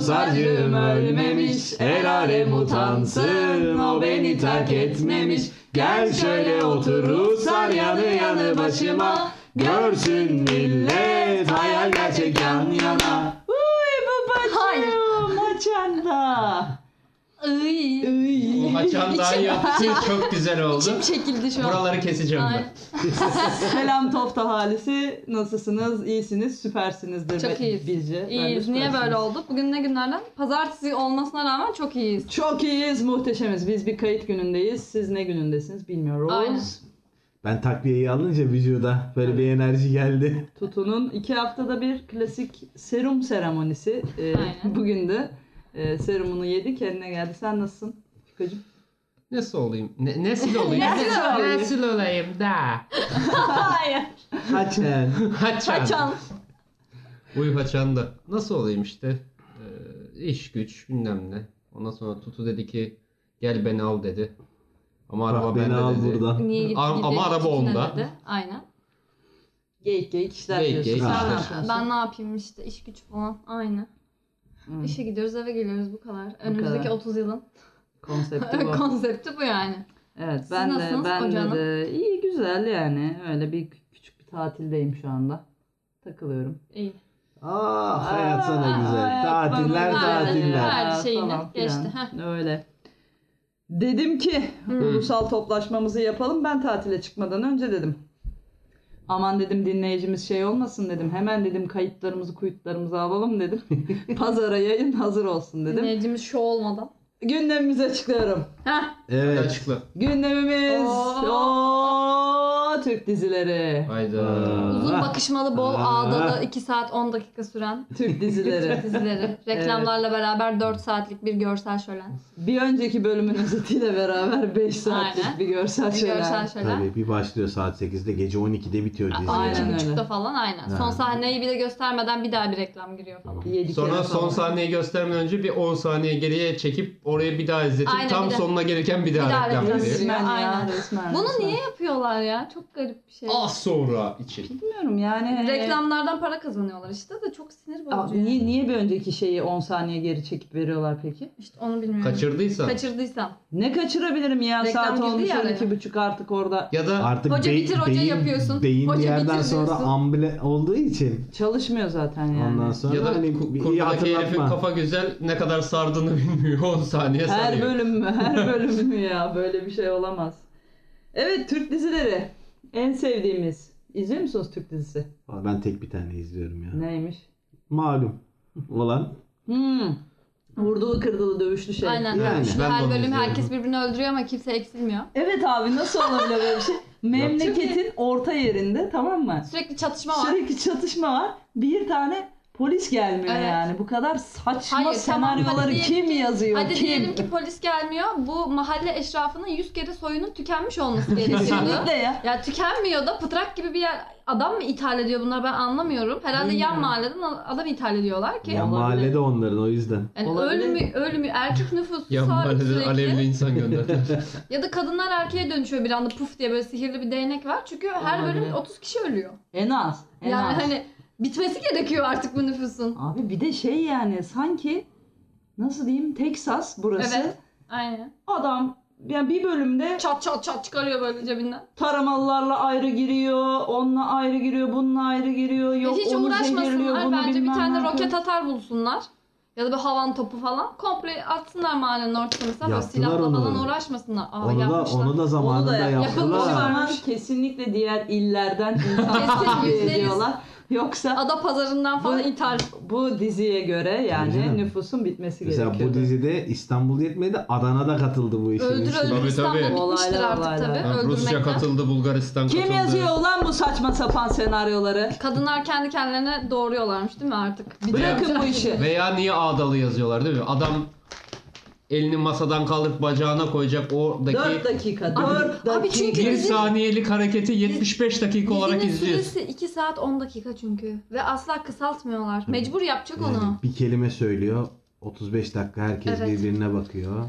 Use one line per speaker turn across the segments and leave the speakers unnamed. Sarcığım ölmemiş El alem utansın O beni terk etmemiş Gel şöyle otur Ruslar yanı yanı başıma Görsün millet Hayal gerçek yan yana
Uy
Hayır.
babacığım maçanda.
Iy.
Iy.
Maçandan
İçim-
yaptığı Şey, çok güzel oldu.
İçim çekildi şu an.
Buraları keseceğim
Ay,
ben.
Selam Tofta halisi. Nasılsınız? İyisiniz, süpersinizdir.
Çok
be-
iyiyiz.
Bizce. Ben de
İyiyiz. Niye
süpersiniz.
böyle olduk? Bugün ne günlerden? Pazartesi olmasına rağmen çok iyiyiz.
Çok iyiyiz, muhteşemiz. Biz bir kayıt günündeyiz. Siz ne günündesiniz bilmiyoruz.
Aynen.
Ben takviyeyi alınca vücuda Böyle bir enerji geldi
Tutu'nun iki haftada bir klasik serum seremonisi. Ee,
Aynen.
bugün de e, serumunu yedi, kendine geldi. Sen nasılsın? Fikacığım.
Nasıl olayım? Ne, nesil olayım?
Nesil olayım.
Nesil olayım da.
Hayır.
Haçen
Haçan.
Kaçan.
Uy haçan da. Nasıl olayım işte? Ee, iş güç bilmem ne. Ondan sonra Tutu dedi ki gel beni al dedi. Ama araba
Bak Ah, beni
bende
al
dedi.
buradan
Niye gitti?
Ama-
gitti,
ama araba
gitti,
onda.
dedi. Aynen.
Geyik geyik işler
Geyik
diyorsun.
geyik
Sen ne
işler.
yapıyorsun?
Ben ne yapayım işte iş güç falan. Aynı.
Hı,
İşe gidiyoruz eve geliyoruz bu kadar. Önümüzdeki
kadar.
30 yılın
konsepti bu.
konsepti bu yani.
Evet
Siz
ben de
nasılsınız
ben de,
hocam?
de iyi güzel yani öyle bir kü- küçük bir tatildeyim şu anda. Takılıyorum.
İyi.
Ah hayat sana
Aa,
güzel
hayat
Tatiller
bana
güzel.
tatiller
Her
Ya,
şeyini
falan
geçti,
filan. Öyle. Dedim ki
Hmm.
ulusal toplaşmamızı yapalım ben tatile çıkmadan önce dedim. Aman dedim dinleyicimiz şey olmasın dedim. Hemen dedim kayıtlarımızı kuyutlarımızı alalım dedim. Pazara yayın hazır olsun dedim.
Dinleyicimiz şu olmadan.
Gündemimizi açıklıyorum.
Heh.
Evet
Açıkla.
Gündemimiz
Oo.
o Türk dizileri.
Hayda.
Uzun
Ah.
bakışmalı bol
Aa.
ağdalı 2 saat 10 dakika süren
Türk dizileri.
dizileri. Reklamlarla beraber 4 saatlik bir görsel şölen.
Bir önceki bölümün özetiyle beraber 5 saatlik
Aynen.
bir görsel
Bir
şölen.
görsel şölen.
Tabii bir başlıyor saat 8'de gece 12'de bitiyor dizi.
Aynen
Aynen
öyle.
buçukta falan aynen. Son
Ha.
sahneyi bile göstermeden bir daha bir reklam giriyor falan.
Yedikleri
Sonra son
falan.
sahneyi göstermeden önce bir 10 saniye geriye çekip oraya bir daha izletip
Aynen,
tam
bir de-
sonuna gelirken bir daha,
bir daha
reklam
reklam
veriyor.
veriyor.
Resmen ya
Aynen.
resmen.
Bunu
resmen.
niye yapıyorlar ya? Çok garip bir şey.
Az sonra için.
Bilmiyorum yani. hani,
Reklamlardan para kazanıyorlar işte de çok sinir bozucu.
Aa,
yani.
niye, niye bir önceki şeyi 10 saniye geri çekip veriyorlar peki?
İşte onu bilmiyorum.
Kaçırdıysan.
Kaçırdıysam.
Ne kaçırabilirim ya
Reklam
saat
girdi
olmuş
ya araya.
12.30 artık orada.
Ya da
Artık
Hoca
bey-
bitir, hoca
beyin,
yapıyorsun.
Beyin
Hoca
bir yerden
bitir
sonra
diyorsun. Hmm.
ambile olduğu için
Çalışmıyor zaten yani.
ondan sonra
ya da
hani bir iyi
kurdaki herifin
hatırlatma.
kafa güzel ne kadar sardığını bilmiyor 10 saniye
Her
sarıyor.
bölüm mü? Her bölüm mü ya? Böyle bir şey olamaz. Evet Türk dizileri. En sevdiğimiz. İzliyor musunuz Türk dizisi?
Vallahi Ben tek bir tane izliyorum ya.
Neymiş?
Malum olan
Hmm. Vurduğu kırdılı dövüşlü şey.
Aynen.
Yani
Şu
ben de
her
onu
bölüm
izliyorum.
herkes birbirini öldürüyor ama kimse eksilmiyor.
Evet abi nasıl olabilir böyle bir şey? Memleketin orta yerinde tamam mı?
Sürekli çatışma var.
Sürekli çatışma var. Bir tane polis gelmiyor
Evet.
yani. Bu kadar saçma
Hayır, tamam,
senaryoları
hadi diyelim
kim
ki-
yazıyor?
Hadi
kim?
diyelim ki polis gelmiyor. Bu mahalle eşrafının 100 kere soyunun tükenmiş olması gerekiyordu.
Kesinlikle ya.
ya tükenmiyor da pıtrak gibi bir yer adam mı ithal ediyor bunlar ben anlamıyorum. Herhalde yan
Bilmiyorum.
mahalleden adam ithal ediyorlar ki.
ya
Olabilir.
mahallede onların o yüzden.
Yani
Olabilir.
ölümü, ölümü erkek nüfusu
Ya
sabit
mahalleden
sürekli.
alevli insan gönderdi.
Ya da kadınlar erkeğe dönüşüyor bir anda puf diye böyle sihirli bir değnek var. Çünkü her
Olabilir.
bölüm 30 kişi ölüyor.
En az. En
yani
az.
hani bitmesi gerekiyor artık bu nüfusun.
Abi bir de şey yani sanki nasıl diyeyim Texas burası.
Evet. Aynen.
Adam yani bir bölümde
Çat çat çat çıkarıyor böyle cebinden.
taramalılarla ayrı giriyor, onunla ayrı giriyor, bununla ayrı giriyor.
Ve
Yok
Hiç
onu zehirliyor,
uğraşmasınlar
bunu
bence bir
bilmem ne
tane
yapıyor.
roket atar bulsunlar. Ya da bir havan topu falan. Komple atsınlar mahallenin ortasına. Mesela böyle
Yaptılar
silahla
onu.
falan uğraşmasınlar. Aa
onu da
yapmışlar.
onu da zamanında
da
yapılmış
O
yaptılar.
var.
zaman kesinlikle diğer illerden insan takviye
Kesinlikle.
ediyorlar. Yoksa
Ada pazarından falan
Bu-
ithal.
bu diziye göre
Tabii
yani
canım.
nüfusun bitmesi
Mesela bu
gerekiyordu.
dizide İstanbul yetmedi Adana'da katıldı bu işin.
Öldür
içine.
öldür
Tabii,
İstanbul
tabii.
bitmiştir
Olaylar,
artık
olaylar.
tabii.
Yani Rusya
Öldürmekten.
katıldı, Bulgaristan
Kim
katıldı.
yazıyor lan bu saçma sapan senaryoları?
Kadınlar kendi kendilerine doğuruyorlarmış değil mi artık?
Bırakın bu işi.
Veya niye ağdalı yazıyorlar değil mi? Adam elini masadan kaldırıp bacağına koyacak oradaki
4 dakika, 4 dakika.
Abi çünkü-
bir
Bizim-
saniyelik hareketi 75 dakika olarak
Dizinin
izliyorsun.
süresi 2 saat 10 dakika çünkü. Ve asla kısaltmıyorlar. Mecbur yapacak
Yani
onu.
bir kelime söylüyor. 35 dakika herkes
Evet.
birbirine bakıyor.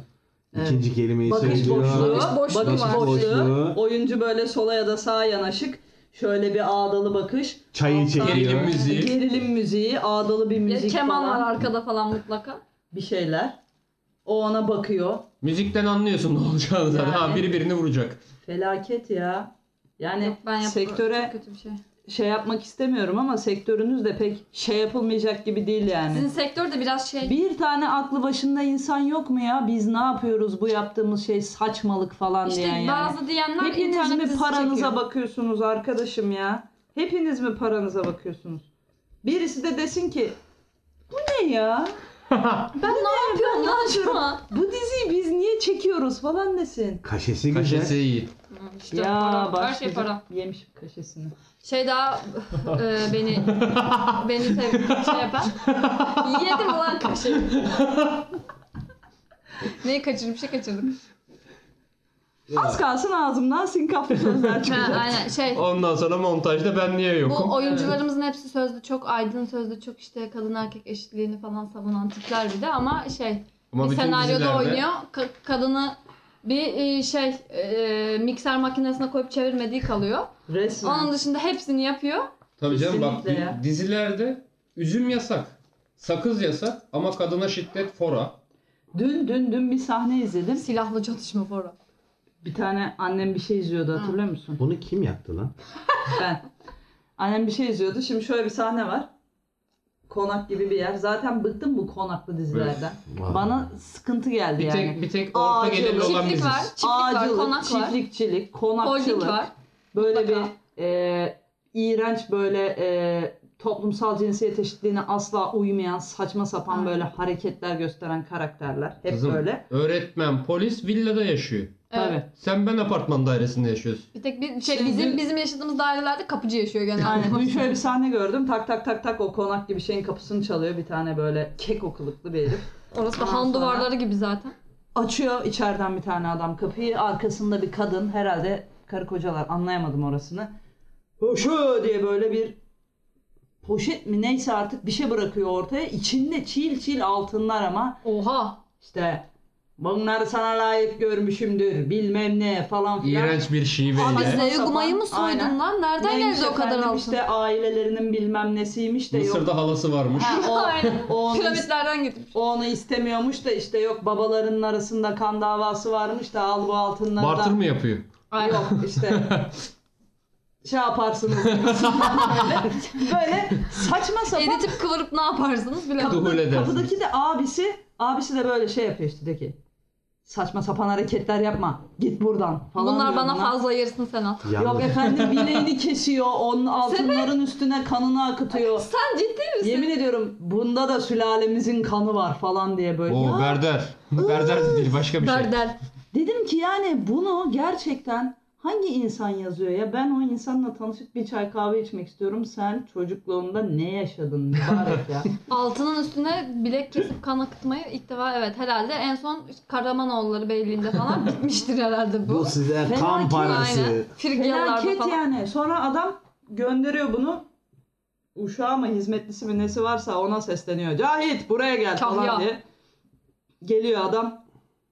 Evet.
İkinci kelimeyi
bakış
söylüyor.
boşluğu,
Bakış boşluğu
bakış
var.
boşluğu.
Boşluğu.
Oyuncu böyle sola ya da sağa yanaşık. Şöyle bir ağdalı bakış.
Çayı
Alttan
çekiyor.
Gerilim müziği.
Gerilim müziği, ağdalı bir
Ya,
müzik
keman
falan.
var arkada falan mutlaka.
bir şeyler. O ona bakıyor.
Müzikten anlıyorsun ne olacağını zaten.
Yani.
Ha biri birini vuracak.
Felaket ya. Yani
Yok, Hani ben yap-
Hani sektöre
çok kötü bir şey.
şey yapmak istemiyorum ama sektörünüz de pek şey yapılmayacak gibi değil yani.
Sizin sektör de biraz şey.
Bir tane aklı başında insan yok mu ya? Biz ne yapıyoruz bu yaptığımız şey saçmalık falan
işte
diyen yani.
bazı diyenler
Hepiniz
internet
mi
dizisi
paranıza
çekiyor.
bakıyorsunuz arkadaşım ya? Hepiniz mi paranıza bakıyorsunuz? Birisi de desin ki bu ne ya?
Ben ne yapıyorum
ne
lan şu
yapıyorum?
an?
Bu diziyi biz niye çekiyoruz falan desin.
Kaşesi güzel.
Kaşesi iyi.
İşte
ya
para. Her şey
başlayacak.
para.
Yemişim kaşesini.
Şey daha e, beni beni sev şey yapar. Yedim ulan kaşığı. Neyi kaçırmış? Şey kaçırdık.
Az kalsın ağzımdan sinkaflı sözler
Ha,
çıkacak.
aynen şey.
Ondan sonra montajda ben niye yokum?
Bu oyuncularımızın hepsi sözlü çok aydın sözlü çok işte kadın erkek eşitliğini falan savunan tipler bir de ama şey
Ama
bir
bütün
senaryoda
dizilerde-
oynuyor. Ka- kadını bir e, şey e, mikser makinesine koyup çevirmediği kalıyor.
Resmen.
Onun dışında hepsini yapıyor.
Tabii canım bak
Kesinlikle ya.
di- dizilerde üzüm yasak. Sakız yasak ama kadına şiddet fora.
Dün dün dün bir sahne izledim.
Silahlı çatışma falan.
Bir tane annem bir şey izliyordu hatırlıyor musun?
Bunu kim yaptı lan?
Ben. Annem bir şey izliyordu. Şimdi şöyle bir sahne var. Konak gibi bir yer. Zaten bıktım bu konaklı dizilerden.
Vay.
Bana sıkıntı geldi
Bir
yani.
tek bir tek orta
Aa,
gelirli
canım.
olan
Çiftlik
biziz.
var, çiftlik var,
Ağacılık,
konak var,
çiftlikçilik,
holding
konakçılık.
var.
Böyle
Mutlaka.
bir e, iğrenç böyle e, toplumsal cinsiyet eşitliğine asla uymayan saçma sapan
Aynen.
böyle hareketler gösteren karakterler. Hep
Kızım,
böyle.
Öğretmen, polis villada yaşıyor.
Evet.
Tabii.
sen ben apartman dairesinde yaşıyorsun.
Bir tek bir, şey,
Şimdi-
bizim bizim yaşadığımız dairelerde kapıcı yaşıyor genelde.
Aynen. Dün şöyle bir sahne gördüm. Tak tak tak tak o konak gibi şeyin kapısını çalıyor. Bir tane böyle kek okuluklu bir herif.
Orası da
Ondan
han
sonra-
duvarları gibi zaten.
Açıyor içeriden bir tane adam kapıyı. Arkasında bir kadın herhalde karı kocalar anlayamadım orasını. Hoşu diye böyle bir poşet mi neyse artık bir şey bırakıyor ortaya. İçinde çil çil altınlar ama
Oha.
işte bunları sana layık görmüşümdür bilmem ne falan filan.
İğrenç bir
Abi
şiveyle.
sen-
Zeyu Gumay'ı mı soydun
Aynen.
lan? Nereden
Neymiş
geldi o kadar
efendim
altın?
işte ailelerinin bilmem nesiymiş de yok.
Mısır'da halası varmış.
Ha, o,
Aynen.
o onu
Piramitlerden şey getirmiş.
O onu istemiyormuş da işte yok babalarının arasında kan davası varmış da al bu altınları da.
Bartır mı yapıyor?
Aynen.
Yok işte şey yaparsınız. böyle saçma sapan.
Editip kıvırıp ne yaparsınız bile.
Kapı- Duhul
Kapıda,
edersiniz.
kapıdaki de abisi, abisi de böyle şey yapıyor işte de ki saçma sapan hareketler yapma git buradan falan.
Bunlar
diyor
bana
buna.
fazla yarısını sen at.
Yok
Yalnız
efendim bileğini kesiyor, onun altınların üstüne kanını akıtıyor.
Sen ciddi misin?
Yemin ediyorum bunda da sülalemizin kanı var falan diye böyle. Ya
Oo berder. berder de değil başka bir şey.
Berder.
Dedim ki yani bunu gerçekten hangi insan yazıyor ya? Ben o insanla tanışıp bir çay kahve içmek istiyorum. Sen çocukluğunda ne yaşadın mübarek ya?
Altının üstüne bilek kesip kan akıtmayı ilk defa evet herhalde en son Karamanoğulları Beyliği'nde falan bitmiştir herhalde
bu
bu.
size
Felaket
kan
Aynen.
parası.
Frigyalılarda
Felaket
falan.
yani. Sonra adam gönderiyor bunu. Uşağı mı hizmetlisi mi nesi varsa ona sesleniyor. Cahit buraya gel falan
Kahya.
diye. Geliyor adam.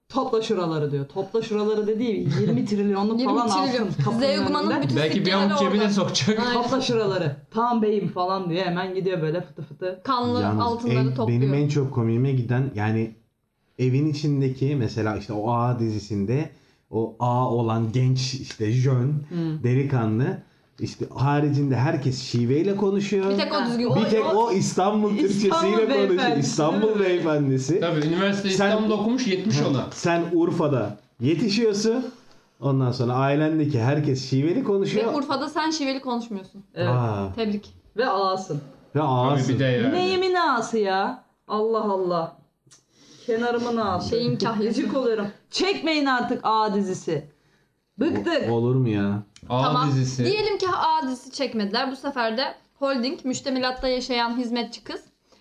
Topla şuraları diyor. Topla şuraları dediği 20 trilyonluk
20
falan
trilyon.
altın kapının önünde.
Zeyguman'ın bütün
Belki bir
sikkeleri
avuç cebine
orada.
sokacak.
Aynen.
Topla şuraları. Tamam beyim falan diye hemen gidiyor böyle fıtı fıtı.
Kanlı
Yalnız
altınları
en-
topluyor.
benim en çok komiğime giden yani evin içindeki mesela işte o A dizisinde o A olan genç işte jön delikanlı işte haricinde herkes şiveyle konuşuyor.
Bir tek o düzgün.
Bir tek o İstanbul
İstanbul
Türkçesiyle konuşuyor.
beyefendisi, değil
İstanbul
mi?
beyefendisi.
Tabii
Sen-
üniversite İstanbul'da okumuş 70 ona.
Sen Urfa'da yetişiyorsun. Ondan sonra ailendeki herkes şiveli
Ve
konuşuyor.
Urfa'da sen şiveli konuşmuyorsun.
Evet.
Aa,
Tebrik.
Ve ağasın.
ve
Tabii
ağırsın.
bir de yani.
Neyimin ağası ya? Allah Allah. Cık, Kenarımın ağası.
Şeyin kahyası.
Gıcık oluyorum. Çekmeyin artık A dizisi. Bıktık.
O- olur mu ya?
A
tamam.
dizisi.
Diyelim ki A dizisi çekmediler. Bu sefer de holding müştemilatta yaşayan hizmetçi kız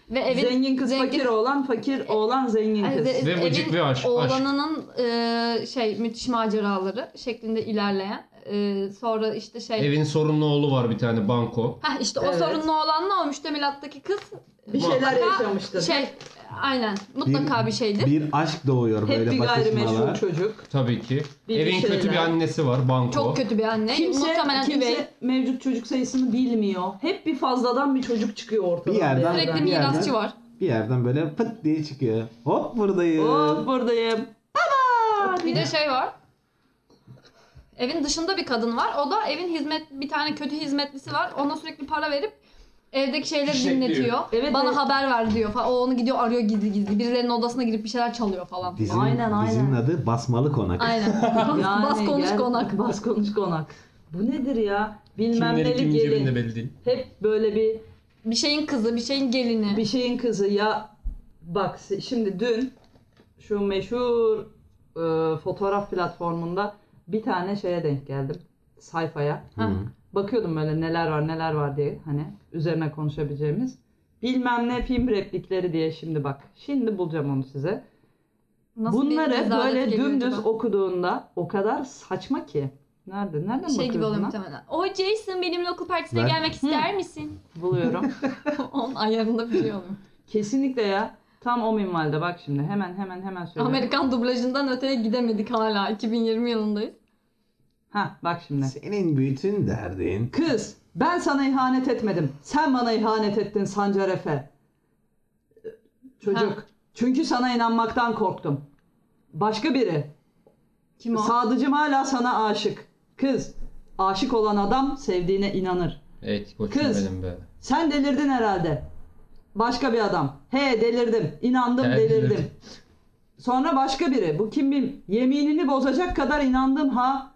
ve evin
zengin kız
zengin- E-
fakir oğlan, fakir oğlan zengin
Ay,
kız.
ze-
Ve vıcık
evin
ve aşk- aşk.
Oğlanının e, şey müthiş maceraları şeklinde ilerleyen. e, sonra işte şey.
Evin sorunlu oğlu var bir tane banko.
Hah işte
Evet.
o sorunlu oğlanla o müştemilattaki kız
bir şeyler
mutlaka
yaşamıştır.
şey aynen mutlaka bir, şeydir.
Bir aşk doğuyor
Hep
böyle
bir gayrimeşru
bakışmalar.
çocuk.
Tabii ki.
Bir
Evin
şeyler.
kötü bir annesi var banko.
Çok kötü bir anne.
Kimse,
Muhtemelen
kimse
üvey.
mevcut çocuk sayısını bilmiyor. Hep bir fazladan bir çocuk çıkıyor ortadan.
Bir yerden-
Sürekli
bir
mirasçı
yerden-
var.
bir yerden böyle pıt diye çıkıyor. Hop buradayım.
Hop buradayım.
Bir de şey var. Evin dışında bir kadın var. O da evin hizmet bir tane kötü hizmetlisi var. Ona sürekli para verip evdeki şeyleri
Fişekliyor.
dinletiyor.
Evet,
Bana
evet.
haber ver diyor falan. O onu gidiyor arıyor gizli gizli. Birilerinin odasına girip bir şeyler çalıyor falan.
Dizinin,
Aynen,
dizinin
aynen.
adı Basmalı Konak.
Aynen. Bas,
Yani
bas konuş
gel-
konak.
Bas konuş konak. Bu nedir ya? Bilmem
Kimleri
neli
kimin cebinde
gelin.
belli değil.
Hep böyle bir
Bir şeyin kızı, bir şeyin gelini.
bir şey- şeyin kızı ya bak se- şimdi dün şu meşhur e, fotoğraf platformunda bir tane şeye denk geldim sayfaya.
Hı.
Bakıyordum böyle neler var neler var diye hani üzerine konuşabileceğimiz. Bilmem ne film replikleri diye şimdi bak. Şimdi bulacağım onu size.
Nasıl bir
Bunları
rezalet
böyle
geliyor
dümdüz
acaba?
okuduğunda o kadar saçma ki. Nerede? Nereden
şey gibi
bakıyorsun lan?
oluyor muhtemelen. O Jason benimle okul partisine
Ben-
gelmek ister misin?
Buluyorum.
Onun ayarında bir şey oluyor.
Kesinlikle ya. Tam o minvalde bak şimdi. Hemen hemen hemen söyle.
Amerikan dublajından öteye gidemedik hala. 2020 yılındayız.
Ha bak şimdi.
Senin bütün derdin.
Kız ben sana ihanet etmedim. Sen bana ihanet ettin Sancar Efe. Çocuk.
Ha.
Çünkü sana inanmaktan korktum. Başka biri.
Kim o?
Sadıcım hala sana aşık. Kız. Aşık olan adam sevdiğine inanır.
Evet koçum
Kız.
benim be.
Sen delirdin herhalde. Başka bir adam. He delirdim. İnandım
He,
delirdim.
delirdim.
Sonra başka biri. Bu kim bilim? Yeminini bozacak kadar inandım ha.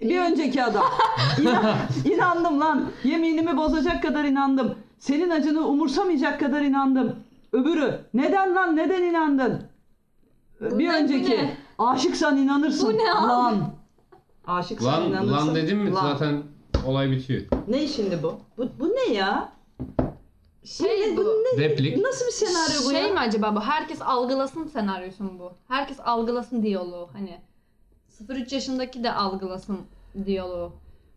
Bir önceki adam. İnan, inandım lan. Yeminimi bozacak kadar inandım. Senin acını umursamayacak kadar inandım. Öbürü. Neden lan? Neden inandın?
Bu
bir
ne, bu
önceki.
ne?
Aşıksan inanırsın.
Bu ne abi?
Lan. Aşıksan
Lan,
inanırsın.
lan dedim mi
Lan.
zaten olay bitiyor.
Ne şimdi bu? Bu, bu ne ya? bu
Şey bu.
Replik.
Nasıl bir senaryo bu ya?
Şey mi acaba bu? Herkes algılasın senaryosu mu bu? Herkes algılasın diyaloğu hani. 0-3 yaşındaki de algılasın diyaloğu.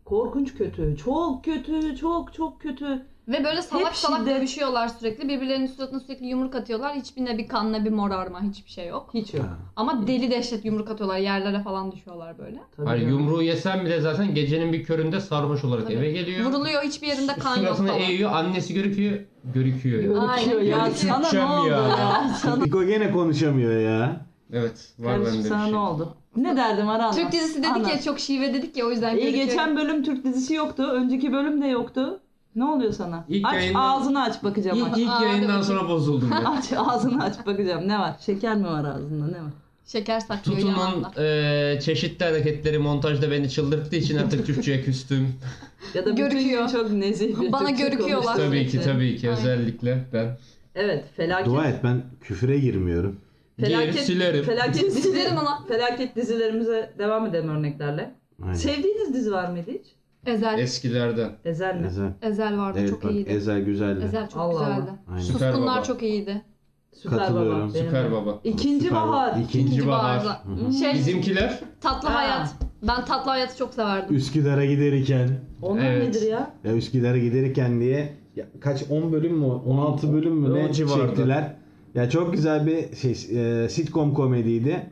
Korkunç kötü. Çok kötü. Çok çok kötü.
Ve böyle salak
Hep
salak
şiddet.
dövüşüyorlar sürekli. Birbirlerinin suratına sürekli yumruk atıyorlar. Hiçbirine bir kan ne bir morarma hiçbir şey yok.
Hiç yok.
Ha.
Ama deli dehşet yumruk atıyorlar. Yerlere falan düşüyorlar böyle.
Tabii
Hayır
canım.
yumruğu yesen bile zaten gecenin bir köründe sarhoş olarak
Tabii.
eve geliyor.
Vuruluyor hiçbir yerinde kan yok
Suratını
falan.
eğiyor annesi görüküyor. Görüküyor ya.
Aa.
Öpüyor
Aynen.
ya.
Öpüyor.
Sana ne
Öpeceğim
oldu
ya.
ya? Sana...
İko gene konuşamıyor ya.
Evet var bende
Kardeşim
bir
sana
şey.
ne oldu? Ne derdim var anlat.
Türk dizisi dedik
Anlat.
ya çok şive dedik ya o yüzden.
İyi
görüküyor.
geçen bölüm Türk dizisi yoktu. Önceki bölüm de yoktu. Ne oluyor sana?
İlk
aç
yayından-
ağzını aç bakacağım.
İlk,
aç.
ilk
Aa,
yayından
evet.
sonra bozuldum ben.
aç ağzını aç bakacağım. Ne var? Şeker mi var ağzında? Ne var?
Şeker saklıyor
Tutunun
yanında.
eee, e, çeşitli hareketleri montajda beni çıldırttığı için artık Türkçe'ye küstüm.
Ya da bütün gün
Görüküyor.
çok nezih bir
Bana
Türkçe
görüküyorlar.
konuştun.
tabii ki tabii ki
Aynen.
özellikle ben.
Evet felaket.
Dua et ben küfüre girmiyorum.
Geri silerim.
Felaket
Silerim
dizilerim
ama.
Felaket dizilerimize devam edelim örneklerle.
Aynen.
Sevdiğiniz dizi var mıydı hiç?
Ezel.
Eskilerden.
Ezel mi?
Ezel.
Ezel vardı
Evet
çok
bak
iyiydi.
Ezel güzeldi.
Ezel çok
Allah Allah.
güzeldi.
Aynen.
Süper
Suskunlar
Baba.
çok iyiydi.
Süper
Katılıyorum.
Baba. benim de.
Süper baba.
İkinci
Süper
Bahar. Hmm.
İkinci.
İkinci bahar.
Barda.
Hı hı.
Şey,
Bizimkiler
Tatlı
Ha.
Hayat. Ben Tatlı Hayat'ı çok severdim.
Üsküdar'a giderken.
Onlar
Evet.
nedir ya?
Ya Üsküdar'a giderken diye ya kaç 10 bölüm mü 16 bölüm mü
O
ne
civarda.
çektiler. Ya çok güzel bir şey e, sitcom komediydi.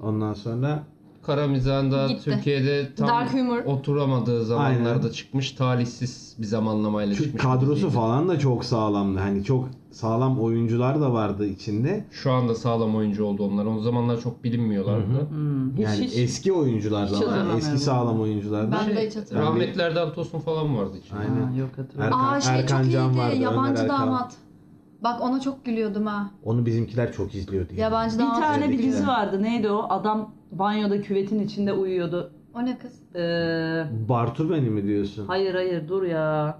Ondan sonra
kara mizahında
Gitti.
Türkiye'de tam
Dark humor.
oturamadığı zamanlarda
Aynen.
çıkmış. Talihsiz bir zamanlamayla
Türk
çıkmış.
kadrosu
diziydi.
falan da çok sağlamdı. Hani çok sağlam oyuncular da vardı içinde.
Şu anda sağlam oyuncu oldu onlar. O zamanlar çok bilinmiyorlardı.
Hı hı.
Hmm, hiç
Yani
hiç.
eski oyuncular
hiç
da vardı.
hatırlamıyorum.
Eski sağlam oyuncular da.
Ben de
Şey,
hiç hatırlamıyorum.
Rahmetli Erdal Tosun falan vardı içinde.
Aynen.
Ha, yok hatırlamıyorum.
Erkan-
Aa şey
Erkan
çok
Can
iyiydi.
vardı, Ömer
Yabancı
Erkan.
Damat. Bak ona çok gülüyordum ha.
Onu bizimkiler çok izliyordu. yani.
Yabancı
Bir
Damat.
tane bir
Özellikle.
dizi vardı. Neydi o? Adam banyoda küvetin içinde uyuyordu.
O ne kız?
Ee,
Bartu beni mi diyorsun?
hayır hayır dur ya.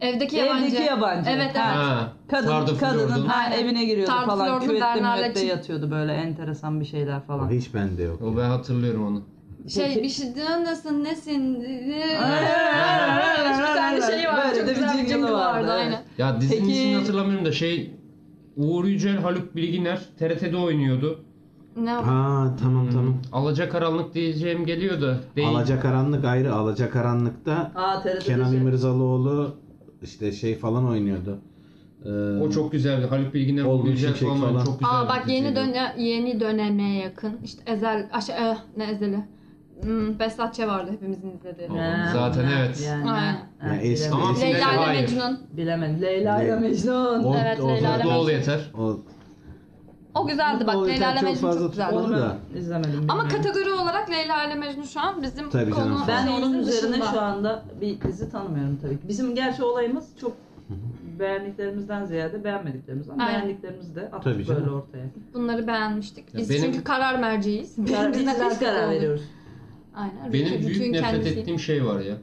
Evdeki Yabancı.
Evdeki yabancı.
Evet,
Ha,
evet.
Ha,
Kadın,
Tardı
kadının
Fjord'un.
ha, evine giriyordu
Tardı
falan.
Fjord'un
Küvette
Bernard'a
müvette
çık-
yatıyordu böyle enteresan bir şeyler falan.
Hiç bende yok.
O ben hatırlıyorum onu.
Şey
Peki.
bir şey nasılsın nesin?
Bir
bir tane şey vardı.
Böyle
çok
de bir
güzel bir
jingle'ı
jingle vardı.
vardı,
Aynen.
evet.
Ya dizinin
Peki-
ismini hatırlamıyorum da şey Uğur Yücel, Haluk Bilginer TRT'de oynuyordu.
Ne var?
Ha tamam
Hmm.
tamam.
Alaca Karanlık diyeceğim geliyor da değil.
Alacakaranlık ayrı. Alacakaranlık'ta
Aa TRT'de
Kenan
şey.
İmirzalıoğlu işte şey falan oynuyordu. Ee,
O çok güzeldi. Haluk Bilginer, Uğur
Olgun
Yücel
Şimşek
falan,
falan.
çok güzel.
Aa
bir
bak yeni
diziydi.
döne yeni döneme yakın. İşte Ezel aşağı eh, ne Ezeli. hmm, Behzat Ç. vardı hepimizin izlediği.
Oğlum, zaten evet.
Aynen.
Yani,
Ya eski-
Ama
bilemedim.
Leyla
Leyla ile
Hayır.
Mecnun.
Bilemedim. Leyla ile
Le-
Mecnun.
O-
Evet,
o-
Leyla ile
Orada ol
Mecnun.
yeter.
O-
O güzeldi bak.
O
Leyla ile
çok
Mecnun
fazla
çok güzeldi.
tutmadı.
Onu
da.
ben izlemedim.
Ama
bilmiyorum.
kategori olarak Leyla ile Mecnun şu an bizim
Tabii canım.
konu
Ben
şeyimizin
onun üzerine
dışında.
şu anda bir dizi tanımıyorum tabii ki. Bizim gerçi olayımız çok beğendiklerimizden ziyade beğenmediklerimiz ama
Aynen.
beğendiklerimizi de attık
Tabii
böyle
canım.
ortaya.
Bunları beğenmiştik.
Ya
Biz
benim-
çünkü karar merciyiz.
Karar, biz,
ne
biz karar
oldu.
veriyoruz.
Aynen.
Benim
Bütün
büyük nefret
kendisi.
ettiğim şey var ya.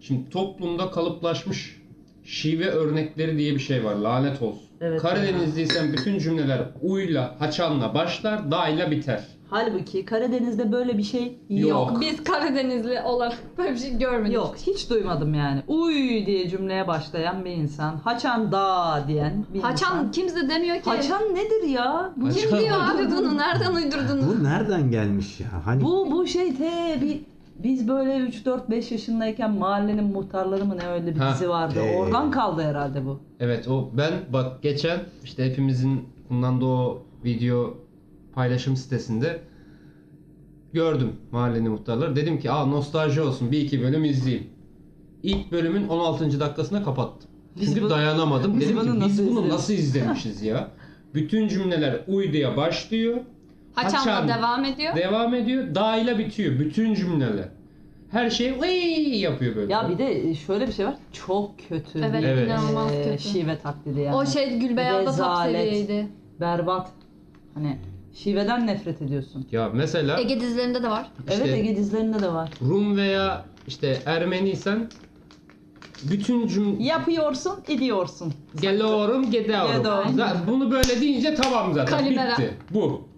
Şimdi toplumda kalıplaşmış şive örnekleri diye bir şey var. Lanet olsun.
Evet.
Karadenizliysen bütün cümleler uyla, haçanla başlar, dayla biter.
Halbuki Karadeniz'de böyle bir şey
Yok.
yok.
Biz Karadenizli olarak böyle bir şey görmedik.
Yok hiç duymadım yani. Uy diye cümleye başlayan bir insan. Haçan da diyen bir
Haçan
insan.
kimse demiyor ki.
Haçan nedir ya? Bu,
Kim
Haçan.
diyor abi bunu? Nereden uydurdunuz?
Bu nereden gelmiş ya? Hani
bu, bu şey te bir biz böyle 3-4-5 yaşındayken mahallenin muhtarları mı ne öyle bir
Ha.
dizi vardı.
Ee.
Oradan kaldı herhalde bu.
Evet o ben bak geçen işte hepimizin bundan da o video paylaşım sitesinde gördüm mahallenin muhtarları. Dedim ki aa nostalji olsun bir iki bölüm izleyeyim. İlk bölümün 16. dakikasına kapattım.
Biz
Çünkü
bu-
dayanamadım.
biz
Dedim
bunu
ki biz
nasıl
bunu
izledik?"
nasıl izlemişiz ya? Bütün cümleler uyduya başlıyor.
Haçan'la
Haçan.
devam ediyor.
Devam ediyor. Dağıyla bitiyor. Bütün cümleler. Her şey "Vıy!" yapıyor böyle.
Ya bir de şöyle bir şey var. Çok kötü.
Evet,
bir,
Evet.
inanılmaz
eee,
kötü.
Şive taklidi yani.
O şey Gülbeyaz'da
Ee,
top
Rezalet.
seviyeydi.
Berbat. Hani şiveden nefret ediyorsun.
Ya mesela
Ege dizilerinde de var.
işte
Evet Ege dizilerinde de var.
Rum veya işte Ermeniysen bütün cümle
Yapıyorsun, ediyorsun.
Gelorum gedeorum.
Gedeorum.
Za- Bunu böyle deyince tamam zaten.
Kalimera.
Bitti. Bu.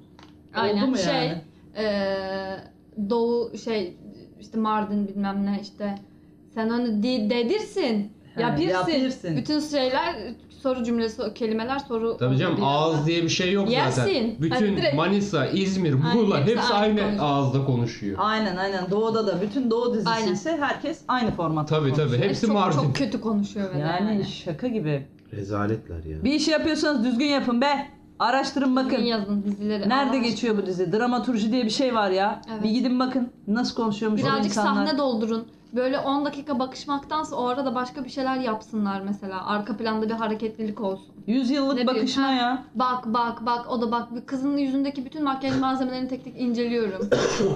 Aynen.
mu
şey,
yani?
eee, Doğu şey işte Mardin bilmem ne işte sen onu di, dedirsin.
Ha,
yapirsin.
yapirsin.
Bütün şeyler soru cümlesi, kelimeler soru.
Tabii canım
bir
ağız
anda.
diye bir şey yok zaten.
Yersin.
Bütün
Hani direkt-
Manisa, İzmir,
Aynen,
Muğla
hepsi
hepsi, aynı
aynı konuşuyor.
ağızda konuşuyor.
Aynen aynen. Doğuda da bütün Doğu dizisi
Aynen.
ise herkes aynı formatta.
Tabii
konuşuyor.
tabii hepsi
Hani çok,
Mardin.
Çok kötü konuşuyor böyle.
Yani şaka gibi.
rezaletler ya.
Bir iş yapıyorsanız düzgün yapın be. Araştırın
Bakın
bakın.
yazın dizileri.
Nerede
Allah
geçiyor bu dizi? Dramaturji diye bir şey var ya.
Evet.
Bir gidin bakın nasıl konuşuyormuş o
Birazcık
insanlar.
sahne doldurun. Böyle 10 dakika bakışmaktansa o arada başka bir şeyler yapsınlar mesela. Arka planda bir hareketlilik olsun.
Yüzyıllık
Ne
bakışma
bileyim,
ya.
Bak bak bak o da bak. Bir Kızın yüzündeki bütün makyaj malzemelerini tek tek inceliyorum.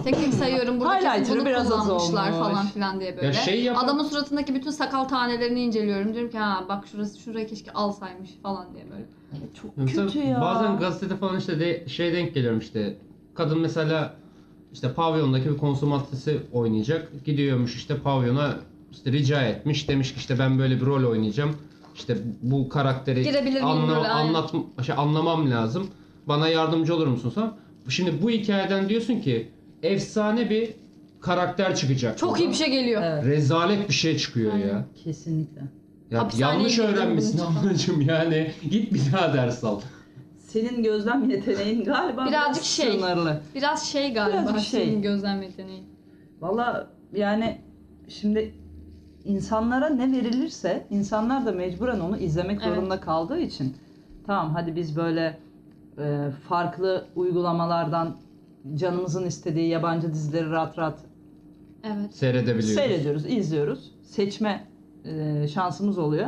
tek tek sayıyorum. Burada kesin
Highlighter'ı
bunu
biraz az
kullanmışlar
olmuş.
falan filan diye böyle.
Ya şey yapan-
Adamın suratındaki bütün sakal tanelerini inceliyorum. Diyorum ki ha bak şurası şuraya keşke alsaymış falan diye böyle.
Çok
Mesela
kötü ya.
Bazen gazetede falan işte de, şey denk geliyorum işte. Kadın mesela işte pavyondaki bir konsomatisi oynayacak. Gidiyormuş işte pavyona işte rica etmiş. Demiş ki işte ben böyle bir rol oynayacağım. İşte bu
Girebilir
karakteri
miyim role? Aynen.
anlat, şey, anlamam lazım. Bana yardımcı olur musun falan. Şimdi bu hikayeden diyorsun ki efsane bir karakter çıkacak.
Çok iyi bir şey geliyor.
Evet,
Rezalet bir şey çıkıyor ya.
Aynen.
kesinlikle.
Ya
Hapishaneye
yanlış
girdim bunun
öğrenmişsin
için.
ablacığım yani. Git bir daha ders al.
Senin gözlem yeteneğin galiba
Birazcık
biraz
şey.
sınırlı.
Biraz şey galiba.
Biraz bir şey.
senin Gözlem yeteneği.
Valla yani şimdi insanlara ne verilirse insanlar da mecburen onu izlemek
Evet.
zorunda kaldığı için tamam hadi biz böyle e, farklı uygulamalardan canımızın istediği yabancı dizileri rahat rahat
Evet.
Seyredebiliyoruz.
seyrediyoruz, izliyoruz. Seçme e, şansımız oluyor.